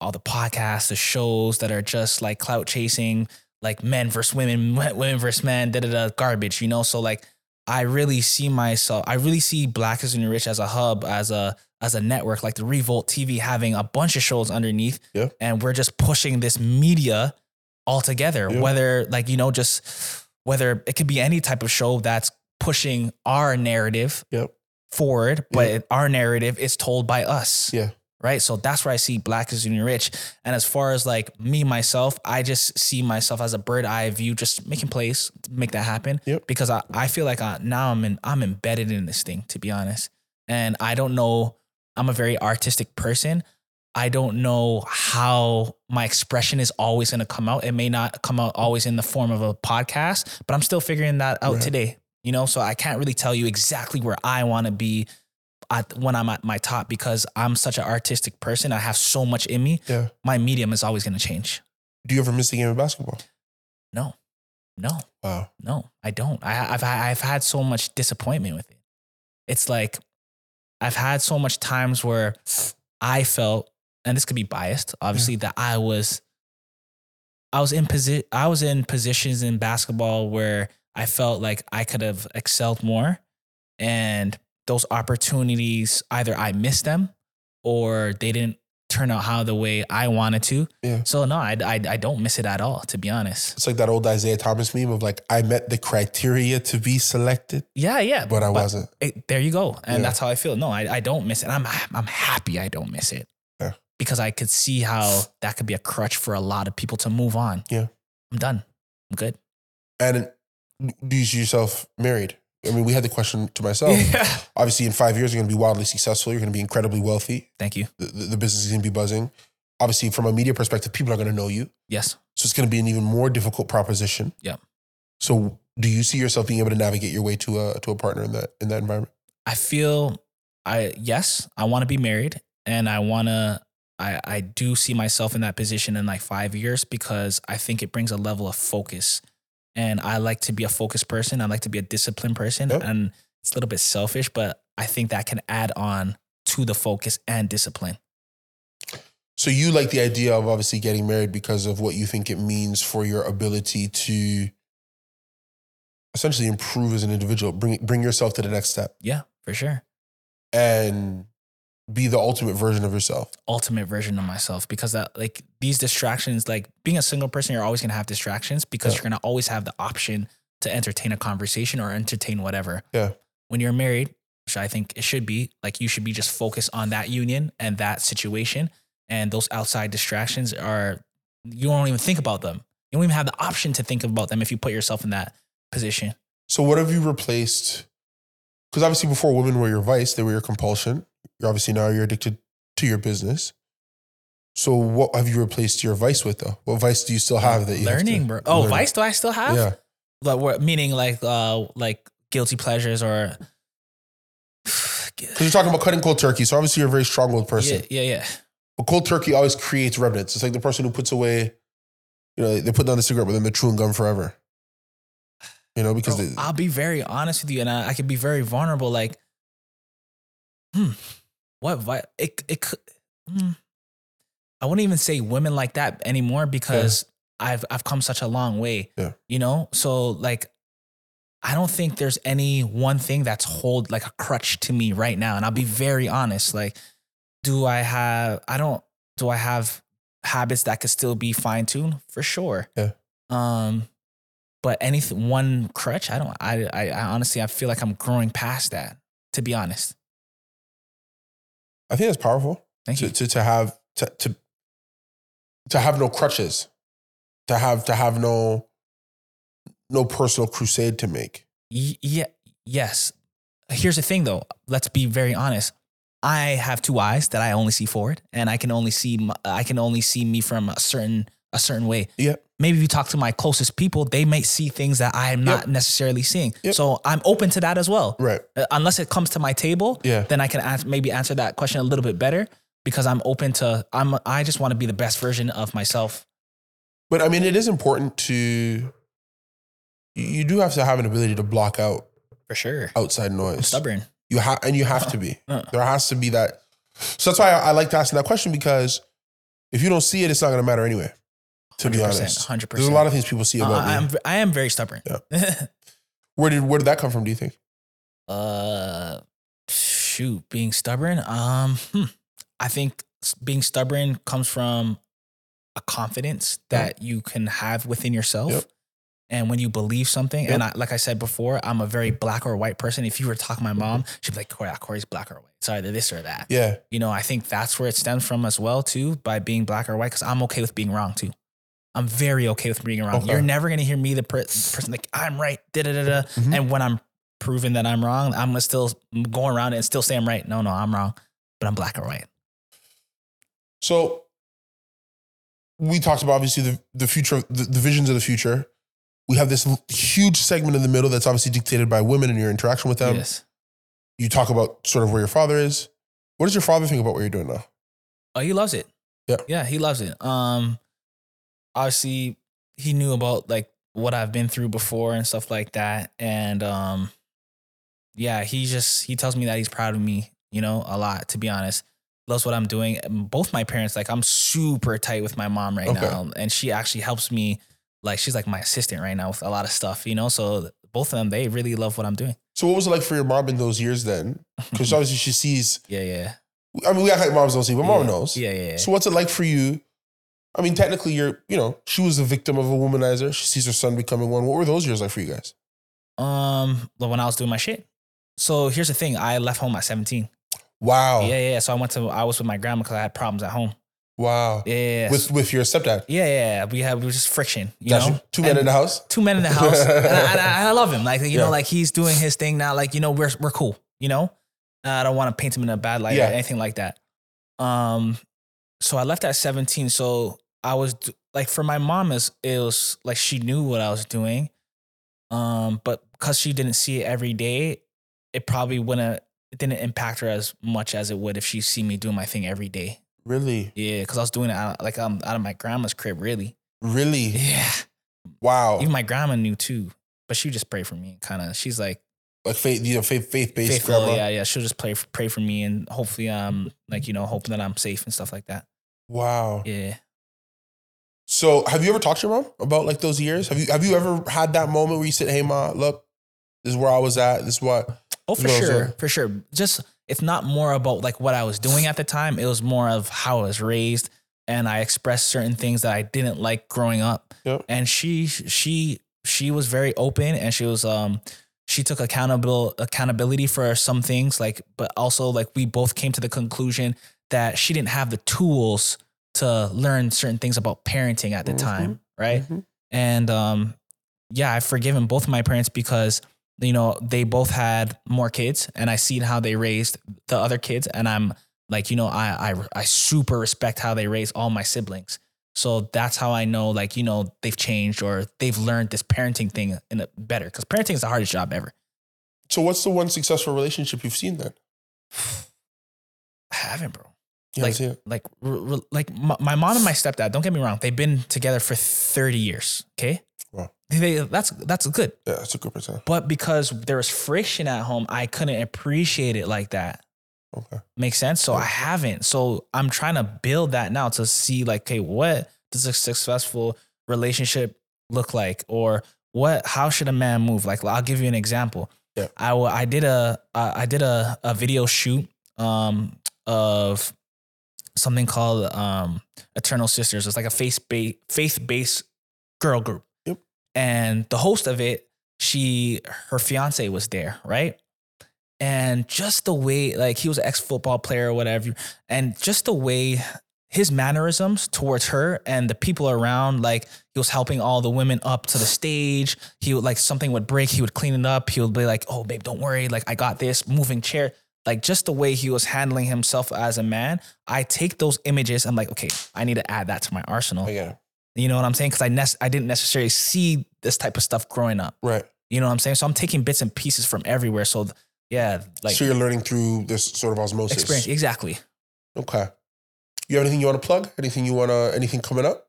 Speaker 1: all the podcasts, the shows that are just like clout chasing, like men versus women, (laughs) women versus men, da da da garbage, you know? So like I really see myself, I really see Black is New Rich as a hub, as a as a network, like the Revolt TV having a bunch of shows underneath.
Speaker 2: Yeah.
Speaker 1: And we're just pushing this media all together.
Speaker 2: Yeah.
Speaker 1: Whether like, you know, just whether it could be any type of show that's pushing our narrative
Speaker 2: Yep.
Speaker 1: forward, but our narrative is told by us.
Speaker 2: Yeah.
Speaker 1: Right. So that's where I see black as junior rich. And as far as like me, myself, I just see myself as a bird eye view, just making plays, make that happen.
Speaker 2: Yep.
Speaker 1: Because I, I feel like I, now I'm in, I'm embedded in this thing, to be honest. And I don't know, I'm a very artistic person. I don't know how my expression is always going to come out. It may not come out always in the form of a podcast, but I'm still figuring that out
Speaker 2: Right.
Speaker 1: today. You know, so I can't really tell you exactly where I want to be at when I'm at my top because I'm such an artistic person. I have so much in me.
Speaker 2: Yeah.
Speaker 1: My medium is always going to change.
Speaker 2: Do you ever miss a game of basketball?
Speaker 1: No, no,
Speaker 2: Wow.
Speaker 1: no, I don't. I, I've I've had so much disappointment with it. It's like I've had so much times where I felt, and this could be biased, obviously, that I was, I was in posi- I was in positions in basketball where I felt like I could have excelled more, and those opportunities either I missed them or they didn't turn out how the way I wanted to.
Speaker 2: Yeah.
Speaker 1: So no, I, I I don't miss it at all, to be honest.
Speaker 2: It's like that old Isaiah Thomas meme of like, I met the criteria to be selected,
Speaker 1: Yeah, yeah.
Speaker 2: but I wasn't.
Speaker 1: it- there you go. And
Speaker 2: Yeah.
Speaker 1: that's how I feel. No, I, I don't miss it. I'm I'm happy I don't miss it.
Speaker 2: Yeah.
Speaker 1: Because I could see how that could be a crutch for a lot of people to move on.
Speaker 2: Yeah.
Speaker 1: I'm done. I'm good.
Speaker 2: And do you see yourself married? I mean, we had the question to (laughs) myself. Obviously, in five years, you're going to be wildly successful. You're going to be incredibly wealthy.
Speaker 1: (laughs) Thank you.
Speaker 2: The, the the business is going to be buzzing. Obviously, from a media perspective, people are going to know you.
Speaker 1: Yes.
Speaker 2: So it's going to be an even more difficult proposition.
Speaker 1: Yep.
Speaker 2: So do you see yourself being able to navigate your way to a to a partner in that in that environment?
Speaker 1: I feel I yes, I want to be married and I wanna I I do see myself in that position in like five years because I think it brings a level of focus. And I like to be a focused person. I like to be a disciplined person.
Speaker 2: Yep.
Speaker 1: And it's a little bit selfish, but I think that can add on to the focus and discipline.
Speaker 2: So you like the idea of obviously getting married because of what you think it means for your ability to essentially improve as an individual, bring bring yourself to the next step
Speaker 1: Yeah, for sure.
Speaker 2: and be the ultimate version of yourself.
Speaker 1: ultimate version of myself because that like these distractions like being a single person you're always going to have distractions because
Speaker 2: Yeah.
Speaker 1: you're going to always have the option to entertain a conversation or entertain whatever
Speaker 2: Yeah.
Speaker 1: when you're married which i think it should be like you should be just focused on that union and that situation and those outside distractions are you don't even think about them you don't even have the option to think about them if you put yourself in that position
Speaker 2: So what have you replaced? Because obviously before women were your vice, they were your compulsion. You're obviously now you're addicted to your business. So what have you replaced your vice with though? What vice do you still have that you have to
Speaker 1: learning bro oh
Speaker 2: learn?
Speaker 1: vice do i still have
Speaker 2: Yeah.
Speaker 1: like what meaning like uh like guilty pleasures or (sighs)
Speaker 2: Because you're talking about cutting cold turkey. So obviously you're a very strong-willed person.
Speaker 1: Yeah, yeah, yeah.
Speaker 2: But cold turkey always creates remnants. It's like the person who puts away, you know, they put down the cigarette, but then they're chewing gum forever. You know, because
Speaker 1: Bro,
Speaker 2: they,
Speaker 1: I'll be very honest with you, and I, I can be very vulnerable. Like, hmm, what? Vi- it it could. Hmm. I wouldn't even say women like that anymore because I've I've come such a long way.
Speaker 2: Yeah.
Speaker 1: You know, so like, I don't think there's any one thing that's hold like a crutch to me right now, and I'll be very honest. Like, do I have? I don't. Do I have habits that could still be fine tuned? For sure.
Speaker 2: Yeah.
Speaker 1: Um. but anything one crutch i don't I, I i honestly i feel like i'm growing past that to be honest
Speaker 2: I think that's powerful
Speaker 1: thank
Speaker 2: to,
Speaker 1: you
Speaker 2: to, to have to, to to have no crutches, to have to have no no personal crusade to make.
Speaker 1: Y- yeah yes here's the thing though let's be very honest i have two eyes that i only see forward and i can only see my, i can only see me from a certain a certain way
Speaker 2: Yeah.
Speaker 1: maybe if you talk to my closest people they may see things that i am not necessarily seeing
Speaker 2: Yep.
Speaker 1: so i'm open to that as well
Speaker 2: Right.
Speaker 1: Uh, unless it comes to my table
Speaker 2: Yeah.
Speaker 1: then I can ans- maybe answer that question a little bit better because I'm open to I'm I just want to be the best version of myself.
Speaker 2: But I mean, it is important to you- you do have to have an ability to block out
Speaker 1: For sure.
Speaker 2: outside noise.
Speaker 1: Stubborn.
Speaker 2: You have, and you have to be.
Speaker 1: Uh.
Speaker 2: There has to be that. So that's why I, I like to ask that question because if you don't see it, it's not going to matter anyway. to be honest.
Speaker 1: 100%.
Speaker 2: There's a lot of things people see
Speaker 1: Uh,
Speaker 2: about me.
Speaker 1: I'm, I am very stubborn.
Speaker 2: Where did where did that come from? Do you think?
Speaker 1: uh, shoot, being stubborn. Um, hmm. I think s- being stubborn comes from a confidence that you can have within yourself.
Speaker 2: Yep.
Speaker 1: And when you believe something,
Speaker 2: Yep.
Speaker 1: and I, like I said before, I'm a very black or white person. If you were to talk to my
Speaker 2: Mm-hmm.
Speaker 1: mom, she'd be like, Corey, ah, Corey's black or white. It's either this or that.
Speaker 2: Yeah,
Speaker 1: You know, I think that's where it stems from as well, too, by being black or white, because I'm okay with being wrong, too. I'm very okay with being wrong.
Speaker 2: Okay.
Speaker 1: You're never going to hear me, the per- person, like, I'm right, da da da da.
Speaker 2: Mhm.
Speaker 1: And when I'm proven that I'm wrong, I'm still going around it and still say I'm right. No, no, I'm wrong, but I'm black or white.
Speaker 2: So we talked about obviously the, the future, the, the visions of the future. We have this l- huge segment in the middle that's obviously dictated by women and your interaction with them.
Speaker 1: yes.
Speaker 2: You talk about sort of where your father is. What does your father think about what you're doing now?
Speaker 1: Oh, he loves it.
Speaker 2: Yeah.
Speaker 1: Yeah, he loves it. Um, obviously, he knew about like what I've been through before and stuff like that. And um, yeah, he just he tells me that he's proud of me. You know, a lot to be honest. Loves what I'm doing. And Both my parents, like, I'm super tight with my mom right
Speaker 2: Okay.
Speaker 1: now, and she actually helps me. Like, she's like my assistant right now with a lot of stuff. You know, so both of them they really love what I'm doing.
Speaker 2: So what was it like for your mom in those years then? Because
Speaker 1: Mm-hmm.
Speaker 2: obviously she sees.
Speaker 1: (laughs) yeah, yeah,
Speaker 2: I mean, we act like moms don't see, but mom knows.
Speaker 1: yeah, yeah. yeah.
Speaker 2: So what's it like for you? I mean, technically, you're you know she was a victim of a womanizer. She sees her son becoming one. What were those years like for you guys?
Speaker 1: Um, but when I was doing my shit. So here's the thing: I left home at 17.
Speaker 2: Wow,
Speaker 1: Yeah, yeah. yeah. So I went to I was with my grandma because I had problems at home.
Speaker 2: wow.
Speaker 1: Yeah, yeah. yeah.
Speaker 2: With with your stepdad,
Speaker 1: yeah, yeah. We had we were just friction. You
Speaker 2: Gotcha.
Speaker 1: know,
Speaker 2: two men
Speaker 1: And
Speaker 2: in the house.
Speaker 1: two men in the house. and, I, and
Speaker 2: (laughs)
Speaker 1: I, I love him. Like you
Speaker 2: Yeah.
Speaker 1: know, like he's doing his thing now. Like you know, we're we're cool. You know, Uh, I don't want to paint him in a bad light
Speaker 2: Yeah.
Speaker 1: or anything like that. Um, so I left at 17. So I was d- like, for my mom is it was like she knew what I was doing, um, but because she didn't see it every day, it probably wouldn't it didn't impact her as much as it would if she see me doing my thing every day.
Speaker 2: Really?
Speaker 1: Yeah, because I was doing it out, like I'm out of my grandma's crib, really.
Speaker 2: Really?
Speaker 1: Yeah.
Speaker 2: Wow.
Speaker 1: Even my grandma knew too, but she would just pray for me. Kind of, she's like
Speaker 2: Like faith, you know, faith, faith-based
Speaker 1: faithful.
Speaker 2: grandma.
Speaker 1: Yeah, yeah. She'll just pray pray for me, and hopefully, um, like you know, hoping that I'm safe and stuff like that.
Speaker 2: Wow.
Speaker 1: Yeah.
Speaker 2: So, have you ever talked to your mom about like those years? Have you have you ever had that moment where you said, "Hey, ma, look, this is where I was at. This is what."
Speaker 1: Oh, for
Speaker 2: No,
Speaker 1: sure,
Speaker 2: so-
Speaker 1: for sure. Just it's not more about like what I was doing at the time. It was more of how I was raised, and I expressed certain things that I didn't like growing up.
Speaker 2: Yep.
Speaker 1: And she, she, she was very open, and she was um. She took accountable accountability for some things, like, but also like we both came to the conclusion that she didn't have the tools to learn certain things about parenting at the
Speaker 2: Mhm.
Speaker 1: time, right?
Speaker 2: Mhm.
Speaker 1: And um, yeah, I've forgiven both of my parents because you know they both had more kids, and I seen how they raised the other kids, and I'm like, you know, I I I super respect how they raised all my siblings. So that's how I know, like, you know, they've changed or they've learned this parenting thing in a better because parenting is the hardest job ever.
Speaker 2: So, what's the one successful relationship you've seen then?
Speaker 1: I haven't, bro.
Speaker 2: You
Speaker 1: Like-
Speaker 2: haven't seen it.
Speaker 1: like re- re- like my, my mom and my stepdad don't get me wrong they've been together for 30 years okay
Speaker 2: Wow.
Speaker 1: they, that's that's good
Speaker 2: Yeah, that's a good percent.
Speaker 1: but because there was friction at home i couldn't appreciate it like that
Speaker 2: Okay.
Speaker 1: makes sense so
Speaker 2: Yeah.
Speaker 1: i haven't so i'm trying to build that now to see like okay what does a successful relationship look like or what how should a man move like i'll give you an example
Speaker 2: Yeah.
Speaker 1: I wa- I did a I I did a, a video shoot um of something called um eternal sisters it's like a faith based faith based girl group
Speaker 2: Yep.
Speaker 1: and the host of it she her fiance was there right and just the way like he was an ex-football player or whatever and just the way his mannerisms towards her and the people around like he was helping all the women up to the stage he would like something would break he would clean it up he would be like oh babe don't worry like i got this moving chair like just the way he was handling himself as a man i take those images i'm like okay i need to add that to my arsenal
Speaker 2: I get it.
Speaker 1: you know what i'm saying because i nec- i didn't necessarily see this type of stuff growing up
Speaker 2: Right.
Speaker 1: you know what i'm saying so i'm taking bits and pieces from everywhere so th- yeah like
Speaker 2: so you're learning through this sort of osmosis.
Speaker 1: experience exactly
Speaker 2: Okay. You have anything you want to plug? Anything you want to? Anything coming up?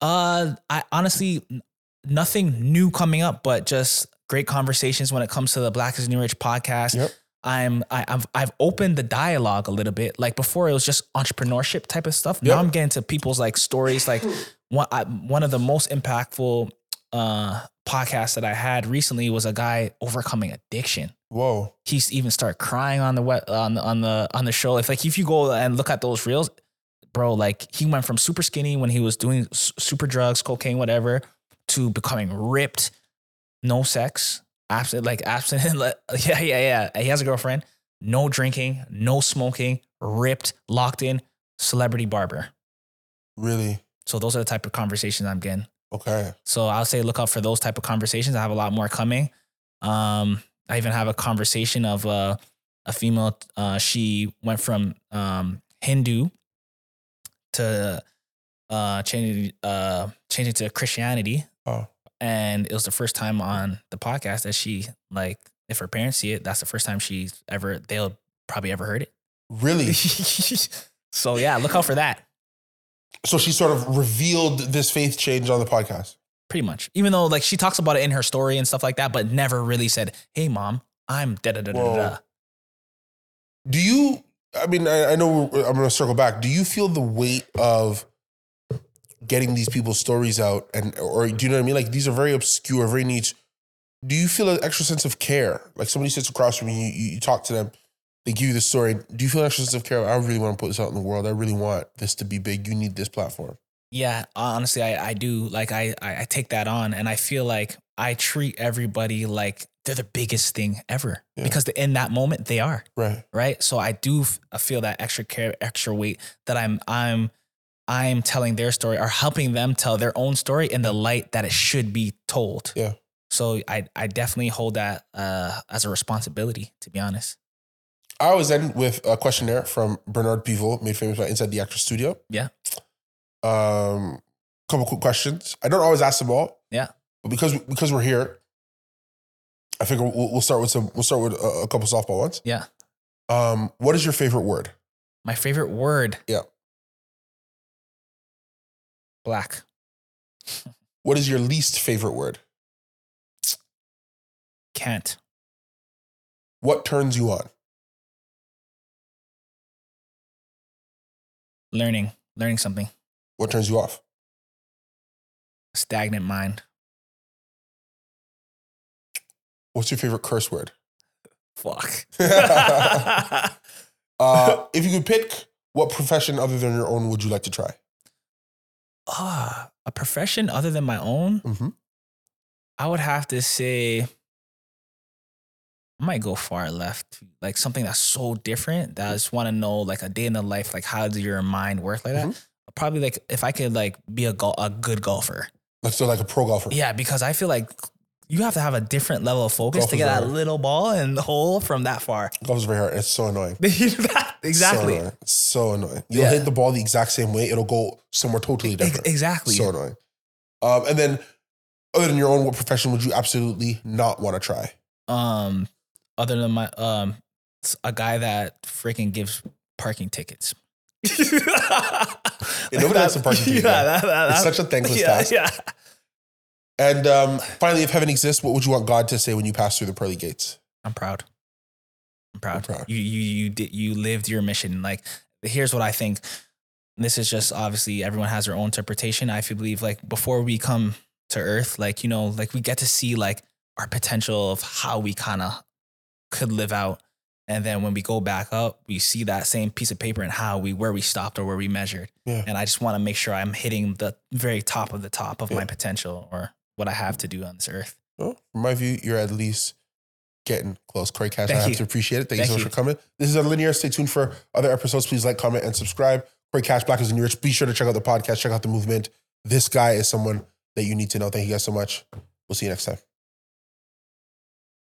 Speaker 1: Uh, I honestly n- nothing new coming up, but just great conversations when it comes to the Black is the New Rich podcast.
Speaker 2: Yep.
Speaker 1: I'm I, I've I've opened the dialogue a little bit. Like before, it was just entrepreneurship type of stuff.
Speaker 2: Yep. (laughs)
Speaker 1: Now I'm getting to people's like stories, like one I, one of the most impactful uh, podcasts that I had recently was a guy overcoming addiction.
Speaker 2: Whoa.
Speaker 1: He's even started crying on the web, on the, on the on the show. If like if you go and look at those reels, bro, like he went from super skinny when he was doing s- super drugs, cocaine, whatever, to becoming ripped, no sex, absent, like absent. (laughs) like, yeah, yeah, yeah. He has a girlfriend, no drinking, no smoking, ripped, locked in, celebrity barber.
Speaker 2: Really?
Speaker 1: So those are the type of conversations I'm getting.
Speaker 2: Okay.
Speaker 1: So I'll say look out for those type of conversations. I have a lot more coming. Um, I even have a conversation of uh, a female. Uh, she went from um, Hindu to uh, changing uh, changing to Christianity,
Speaker 2: Oh.
Speaker 1: and it was the first time on the podcast that she like if her parents see it, that's the first time she's ever they'll probably ever heard (laughs)
Speaker 2: Really?
Speaker 1: it. so yeah, look out for that.
Speaker 2: So she sort of revealed this faith change on the podcast.
Speaker 1: pretty much. Even though like she talks about it in her story and stuff like that, but never really said, "Hey, mom, I'm da da da da da."
Speaker 2: Whoa. Do you, I mean, I, I know we're, I'm going to circle back. Do you feel the weight of getting these people's stories out? And, or do you know what I mean? Like, these are very obscure, very niche. Do you feel an extra sense of care? Like, somebody sits across from you, you, you talk to them, they give you the story. Do you feel an extra sense of care? I really want to put this out in the world. I really want this to be big. You need this platform.
Speaker 1: Yeah, honestly, I I do like I I I take that on, and I feel like I treat everybody like they're the biggest thing ever
Speaker 2: Yeah.
Speaker 1: because in that moment they are.
Speaker 2: Right.
Speaker 1: right? So I do f- I feel that extra care, extra weight that I'm I'm I'm telling their story or helping them tell their own story in the light that it should be told.
Speaker 2: Yeah.
Speaker 1: So I I definitely hold that uh, as a responsibility, to be honest.
Speaker 2: I always end with a questionnaire from Bernard Pivot, made famous by Inside the Actors Studio.
Speaker 1: Yeah.
Speaker 2: Um, couple quick questions. I don't always ask them all.
Speaker 1: Yeah.
Speaker 2: But because because we're here, I figure we'll, we'll start with some. We'll start with a, a couple softball ones.
Speaker 1: Yeah.
Speaker 2: Um, what is your favorite word?
Speaker 1: My favorite word.
Speaker 2: Yeah.
Speaker 1: Black.
Speaker 2: What is your least favorite word?
Speaker 1: Can't.
Speaker 2: What turns you on?
Speaker 1: Learning. Learning something.
Speaker 2: What turns you off?
Speaker 1: Stagnant mind.
Speaker 2: What's your favorite curse word?
Speaker 1: Fuck. (laughs)
Speaker 2: Uh, if you could pick, what profession other than your own would you like to try?
Speaker 1: Ah, a profession other than my own.
Speaker 2: Mm-hmm.
Speaker 1: I would have to say I might go far left. Like something that's so different that I just want to know like a day in the life, like how does your mind work like that? Probably like if I could like be a gol- a good golfer.
Speaker 2: Like so, like a pro golfer.
Speaker 1: Yeah, because I feel like you have to have a different level of focus to
Speaker 2: Golfers
Speaker 1: get
Speaker 2: are-
Speaker 1: that little ball and hole from that far. (laughs)
Speaker 2: Golf is very hard. It's so annoying.
Speaker 1: exactly.
Speaker 2: So annoying. So annoying. You'll
Speaker 1: Yeah.
Speaker 2: hit the ball the exact same way. It'll go somewhere totally
Speaker 1: Ex-
Speaker 2: different.
Speaker 1: exactly.
Speaker 2: So annoying. Um, and then, other than your own, what profession would you absolutely not want to try?
Speaker 1: um other than my um s- a guy that freaking gives parking tickets. (laughs)
Speaker 2: nobody likes a parking ticket,
Speaker 1: Yeah,
Speaker 2: though.
Speaker 1: that, that,
Speaker 2: It's
Speaker 1: that-
Speaker 2: such a thankless
Speaker 1: (laughs) yeah,
Speaker 2: task.
Speaker 1: yeah.
Speaker 2: And um, finally, if heaven exists, what would you want God to say when you pass through the pearly gates?
Speaker 1: I'm proud. I'm proud.
Speaker 2: I'm proud.
Speaker 1: You you you did you lived your mission. Like here's what I think. This is just obviously everyone has their own interpretation. I feel believe like before we come to Earth, like you know, like we get to see like our potential of how we kind of could live out, and then when we go back up, we see that same piece of paper and how we where we stopped or where we measured.
Speaker 2: Yeah.
Speaker 1: And I just want to make sure I'm hitting the very top of the top of
Speaker 2: Yeah.
Speaker 1: my potential or what I have to do on this Earth.
Speaker 2: Well, from my view, you're at least getting close. Corey Cash, I
Speaker 1: Thank
Speaker 2: have
Speaker 1: you.
Speaker 2: to appreciate it. Thank, you
Speaker 1: Thank
Speaker 2: so much
Speaker 1: you.
Speaker 2: for coming. This is Unlinear. Stay tuned for other episodes. Please like, comment, and subscribe. Corey Cash, Black is the New Rich. Be sure to check out the podcast, check out the movement. This guy is someone that you need to know. Thank you guys so much. We'll see you next time.